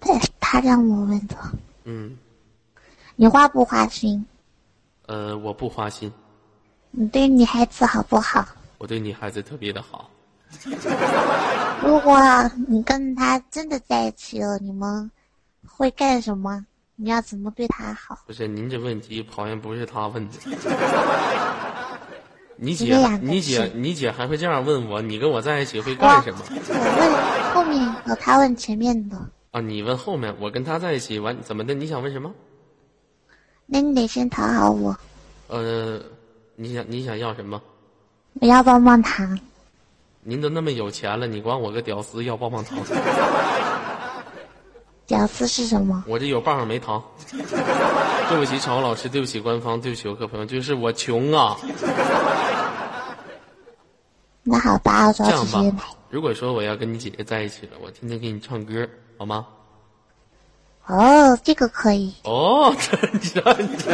对，他让我问的，嗯，你花不花心？呃，我不花心，你对女孩子好不好？我对女孩子特别的好。如果你跟他真的在一起了，你们会干什么？你要怎么对他好？不是您这问题好像不是他问 [laughs] 的。你你姐这两，个你姐是，你姐还会这样问我？你跟我在一起会哇干什么？我问后面有他问前面的，啊，你问后面，我跟他在一起完怎么的？你想问什么？那你得先讨好我，呃，你想你想要什么？我要棒棒糖。您都那么有钱了，你管我个屌丝要棒棒糖？ [laughs] 屌丝是什么？我这有棒棒没糖。 [laughs] 对不起，朝老师，对不起官方，对不起游客朋友，就是我穷啊。那好吧，我找这样姐姐买吧。，如果说我要跟你姐姐在一起了，我天天给你唱歌，好吗？哦，这个可以。哦，这你知道你这，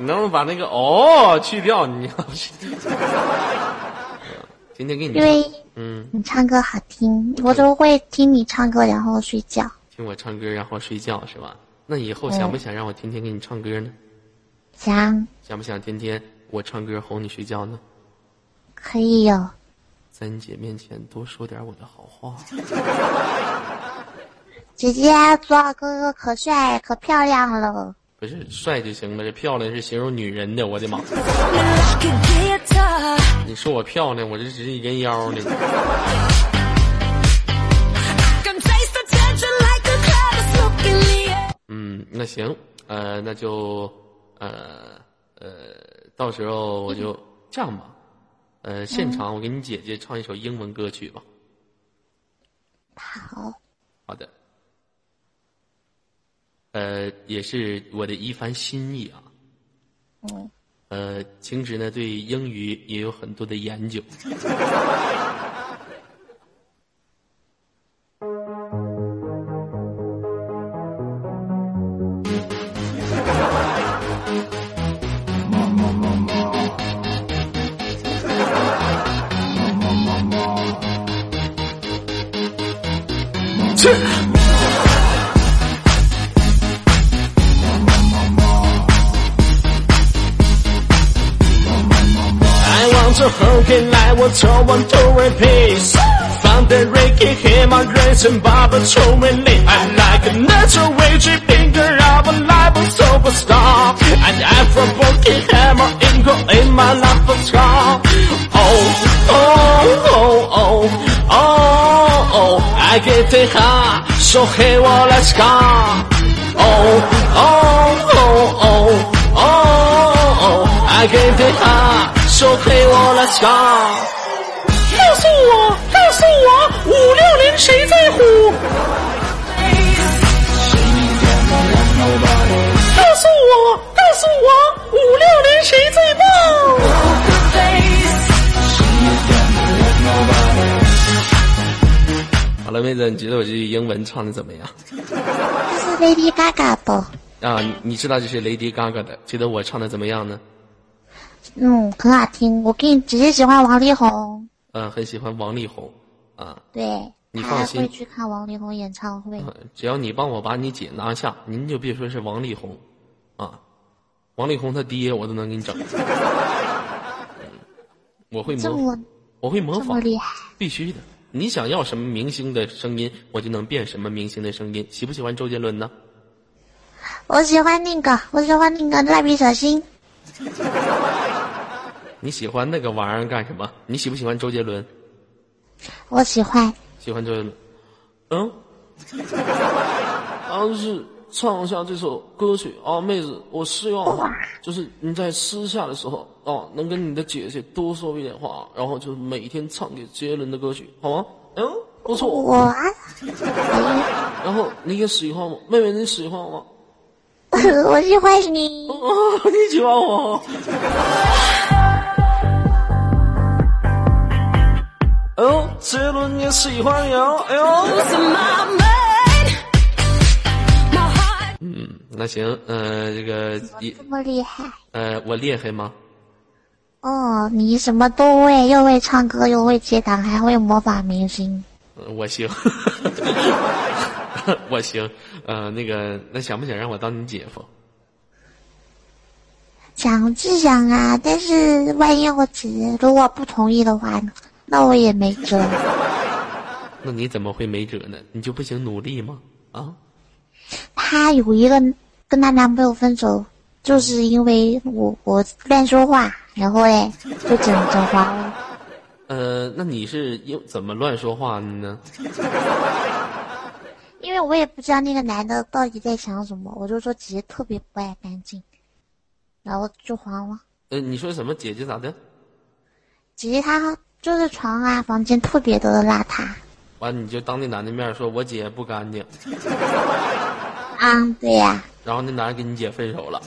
你能不能把那个哦去掉？你要是，今天给你因为唱，嗯，你唱歌好听，我都会听你唱歌，然后睡觉。听我唱歌然后睡觉是吧？那以后想不想让我天天给你唱歌呢？想想不想天天我唱歌哄你睡觉呢？可以哦有、在你姐面前多说点我的好话。姐姐左耳哥哥可帅可漂亮了，不是帅就行了，这漂亮是形容女人的，我的妈！ Like a guitar. 你说我漂亮，我这只是一人妖呢。 Can taste the tension like a cloud is smoking the air. 嗯，那行，呃，那就呃呃，到时候我就这样吧，呃，嗯现场我给你姐姐唱一首英文歌曲吧。好，好的，呃，也是我的一番心意啊。嗯。呃，晴子呢对英语也有很多的研究。 I want a hurricane, I want someone to replace. Thunder, Ricky, Hammer, Grace, and Baba, so many. I'm like a natural witchy finger of a live superstar. And I'm from Bookie Hammer, Ingo, in my life of scar. Oh, oh, oh, oh, oh, oh. I get it high, so hey, well, let's go. Oh, oh, oh, oh, oh. 给他啊，说陪我 Let's go。告诉我，告诉我，五六零谁在乎？告诉我，告诉我，五六零谁最棒？好了，妹子，你觉得我这句英文唱的怎么样？这是 Lady Gaga 不？啊，你你知道这是 Lady Gaga 的，觉得我唱的怎么样呢？嗯，很好听。我跟你只是喜欢王力宏，嗯，很喜欢王力宏，啊，对，你还放心会去看王力宏演唱会。嗯只要你帮我把你姐拿下，您就别说是王力宏，啊，王力宏他爹我都能给你整。 [laughs] 嗯我会这模么仿，我会模这么仿，厉害，必须的。你想要什么明星的声音，我就能变什么明星的声音。喜不喜欢周杰伦呢？我喜欢那个，我喜欢那个蜡笔小新，你喜欢那个玩意儿干什么？你喜不喜欢周杰伦？我喜欢。喜欢周杰伦。嗯，当是唱一下这首歌曲啊，妹子，我希望啊就是你在私下的时候啊，能跟你的姐姐多说一点话，然后就是每天唱给杰伦的歌曲，好吗？嗯，不错。我啊， [laughs] 然后你也喜欢我，妹妹你喜欢我吗？我喜欢你。啊，你喜欢我？ [laughs] 嗯哦，杰伦也喜欢哟，哎呦。 Losing my mind. My heart 嗯，那行，呃，这个也这么厉害呃，我厉害吗？哦！你什么都会，又会唱歌，又会接档，还会模仿明星。呃我行， [laughs] 我行。呃，那个，那想不想让我当你姐夫？想是想啊，但是万一我姐如果不同意的话呢？那我也没辙。那你怎么会没辙呢？你就不想努力吗？啊，她有一个跟她男朋友分手，就是因为我我乱说话，然后嘞就整整花了。呃，那你是又怎么乱说话的呢？因为我也不知道那个男的到底在想什么，我就说姐姐特别不爱干净，然后就黄了。呃，你说什么姐姐咋的？姐姐她就是床啊房间特别的邋遢。完你就当那男的面说，我姐不干净，啊，对呀、然后那男的跟你姐分手了。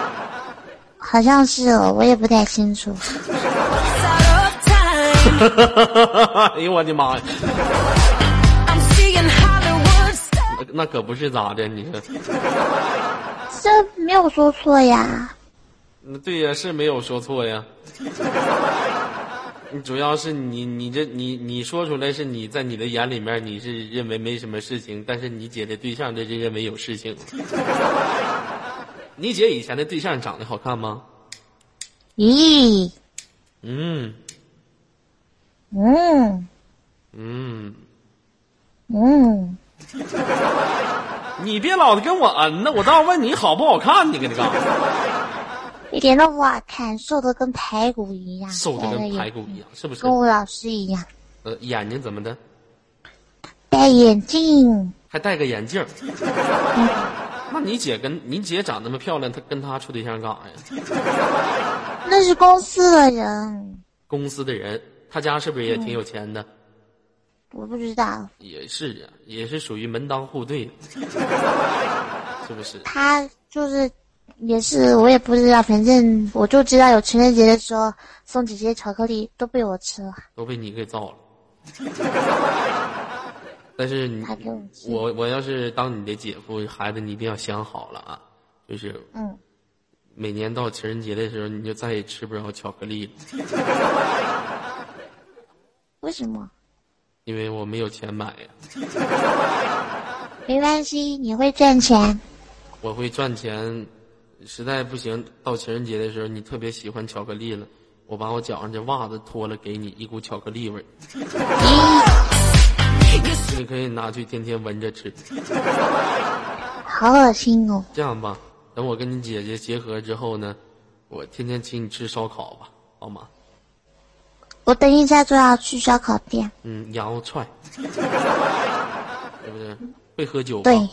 [laughs] 好像是哦，我也不太清楚。 out of time. 哎呦我的妈呀， I'm seeing Hollywood stars. 那那可不是咋的？你说，这没有说错呀，嗯对呀，是没有说错呀。 [laughs] 你主要是你你这你你说出来是你在你的眼里面你是认为没什么事情，但是你姐的对象这是认为有事情。 [laughs] 你姐以前的对象长得好看吗？咦，嗯嗯嗯，嗯，你别老跟我嗯呐，我倒问你好不好看，你搁这干啥？一点都不好看，瘦的跟排骨一样，瘦的跟排骨一样，样，是不是跟？我老师一样，呃，眼睛怎么的？戴眼镜，还戴个眼镜儿。 [laughs] 那你姐跟你姐长那么漂亮，她跟她处对象干啥呀？那是公司的人，公司的人，她家是不是也挺有钱的？我不知道也是啊，也是属于门当户对，是不是？他就是。也是，我也不知道，反正我就知道有情人节的时候送姐姐巧克力都被我吃了，都被你给造了。但是你她给我吃我我要是当你的姐夫，孩子你一定要想好了啊，就是嗯，每年到情人节的时候，你就再也吃不着巧克力了，为什么？因为我没有钱买呀。没关系，你会赚钱。我会赚钱，实在不行，到情人节的时候，你特别喜欢巧克力了，我把我脚上这袜子脱了给你，一股巧克力味儿， [laughs] 你可以拿去天天闻着吃。好恶心哦！这样吧，等我跟你姐姐结合之后呢，我天天请你吃烧烤吧，好吗？我等一下就要去烧烤店。嗯，羊肉串， [laughs] 对不对？会喝酒吗？对，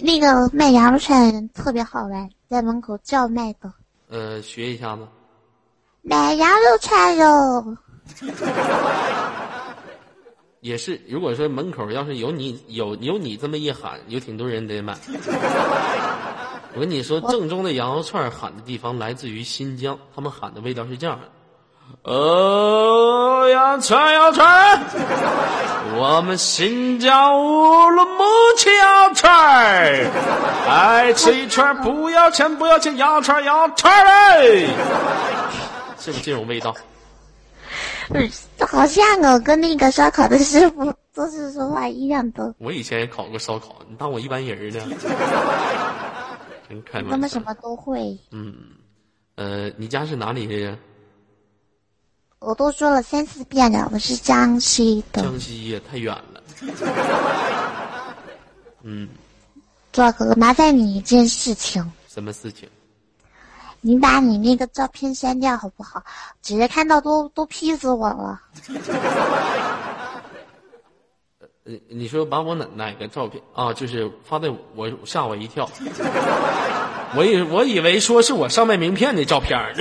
那个卖羊肉串的人特别好玩，在门口叫卖的。呃，学一下子。买羊肉串肉，也是，如果说门口要是有你有有你这么一喊，有挺多人得买。我跟你说，正宗的羊肉串喊的地方来自于新疆，他们喊的味道是这样的：哦，羊串羊串，我们新疆乌鲁木齐羊串儿，爱吃一串儿不要钱不要钱，羊串儿羊串儿哎，是不是这种味道？嗯好像我跟那个烧烤的师傅做事说话一样多。我以前也烤过烧烤，你当我一般人 [laughs] 呢？真开他玩们笑什。么都会，呃，你家是哪里人？我都说了三四遍了，我是江西的，江西呀，太远了。做哥哥，麻烦你一件事情，什么事情？你把你那个照片删掉好不好？直接看到都都劈死我了。呃，你说把我哪哪个照片啊？就是发在我吓我一 [laughs] 跳，我以我以为说是我上卖名片的照片 [laughs] 儿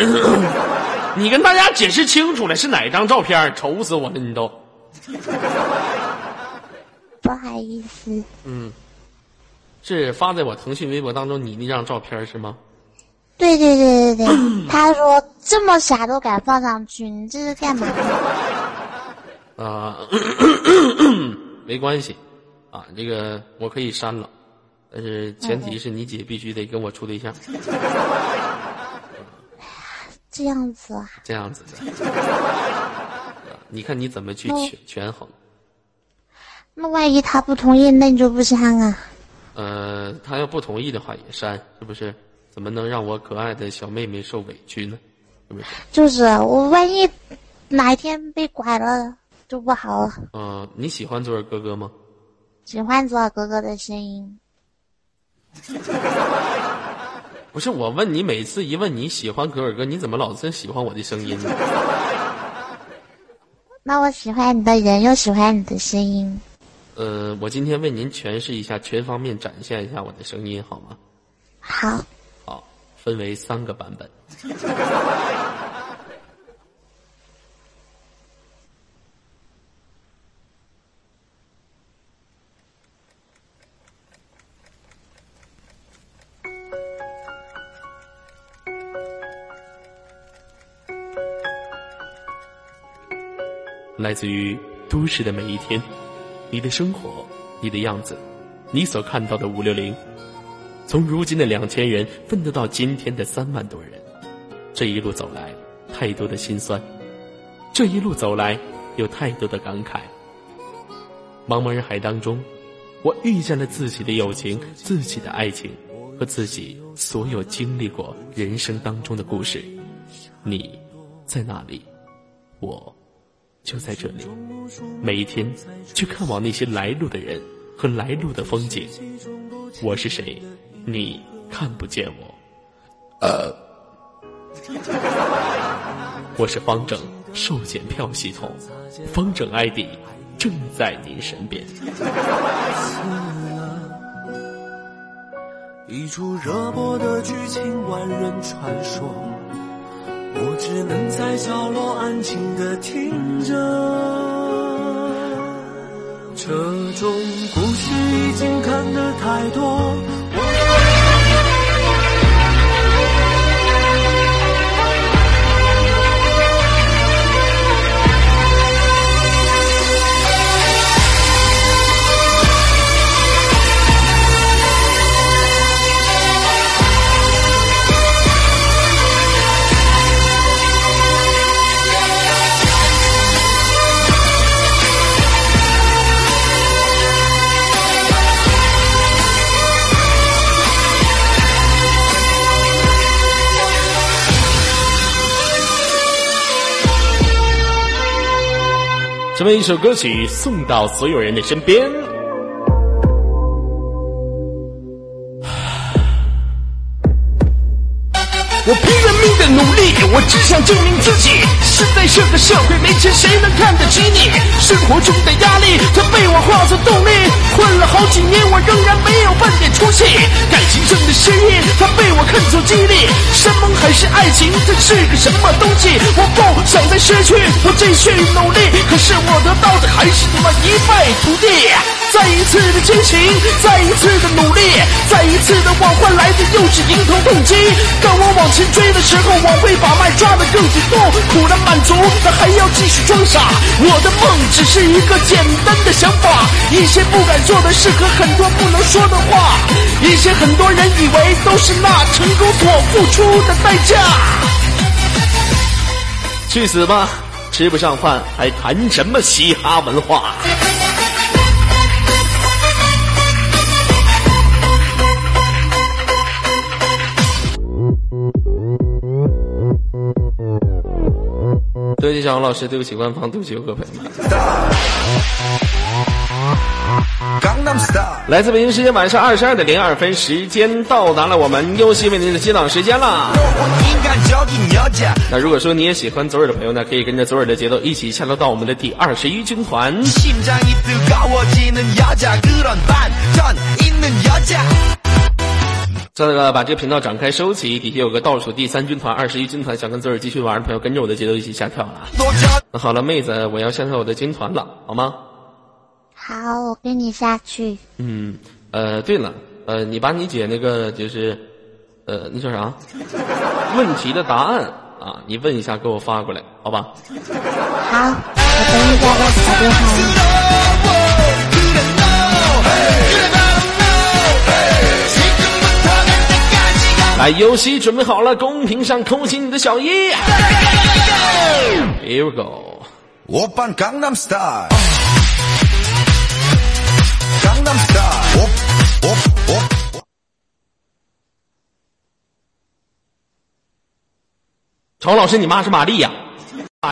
你跟大家解释清楚了是哪张照片儿？愁死我了，你都。不好意思，是发在我腾讯微博当中你那张照片儿是吗？对对对对对，他说这么傻都敢放上去，你这是干嘛？啊、 [coughs] 没关系，啊，这个我可以删了，但是前提是你姐必须得跟我处对象，这样子啊？这样子的。 [laughs] 啊你看你怎么去权权衡？那万一他不同意，那你就不删啊？呃，他要不同意的话也删，是不是？怎么能让我可爱的小妹妹受委屈呢？是不是？就是我万一哪一天被拐了，就不好了。嗯、你喜欢左耳哥哥吗？喜欢左耳哥哥的声音，不是，我问你，每次一问你喜欢格尔哥，你怎么老是喜欢我的声音呢？那我喜欢你的人，又喜欢你的声音。呃，我今天为您诠释一下，全方面展现一下我的声音，好吗？好，好，啊分为三个版本。来自于都市的每一天，你的生活，你的样子，你所看到的五六零。从如今的两千人奋斗到今天的三万多人，这一路走来，太多的辛酸，这一路走来，有太多的感慨。茫茫人海当中，我遇见了自己的友情、自己的爱情和自己所有经历过人生当中的故事。你在哪里？我就在这里。每一天去看望那些来路的人和来路的风景。我是谁，你看不见我。呃，我是方正寿检票系统，方正 ID 正在您身边。一出热播的剧情，万人传说，我只能在角落安静的听着。这种故事已经看得太多，我这么一首歌曲送到所有人的身边。我拼了命的努力，我只想证明自己。现在这个社会没钱谁能看得起你？生活中的压力，它被我化作动力。混了好几年，我仍然没有半点出息。感情上的失意，它被我看作激励。山盟海誓，爱情它是个什么东西？我不想再失去，我继续努力。可是我得到的还是他妈一败涂地。再一次的激情，再一次的努力，再一次的我换来的又是迎头痛击。当我往前追的时候，我会把脉抓得更紧动，苦难满足，但还要继续装傻。我的梦只是一个简单的想法，一些不敢做的事和很多不能说的话，一些很多人以为都是那成功所付出的代价。去死吧！吃不上饭还谈什么嘻哈文化？对不起，小王老师，对不起，官方，对不起，游客朋友们。来自北京时间晚上二十二点零二分，时间到达了我们优戏为您的接档时间啦。那如果说你也喜欢左耳的朋友呢，可以跟着左耳的节奏一起下落到我们的第二十一军团。 심장이 뜨거워지는 여자 그런 반전 있는 여자 再那个把这个频道展开收起，底下有个倒数第三军团、二十一军团，想跟左耳继续玩的朋友，跟着我的节奏一起下跳了。那好了，妹子，我要下跳我的军团了，好吗？好，我跟你下去。嗯，呃，对了，呃，你把你姐那个就是，呃，那叫啥？问题的答案啊，你问一下，给我发过来，好吧？好，我等一下再打电话了。来，游戏准备好了，公屏上扣起你的小一。Here we go。 오빤 강남스타일 강남스타일 옵옵옵 曹老师，你妈是玛丽呀、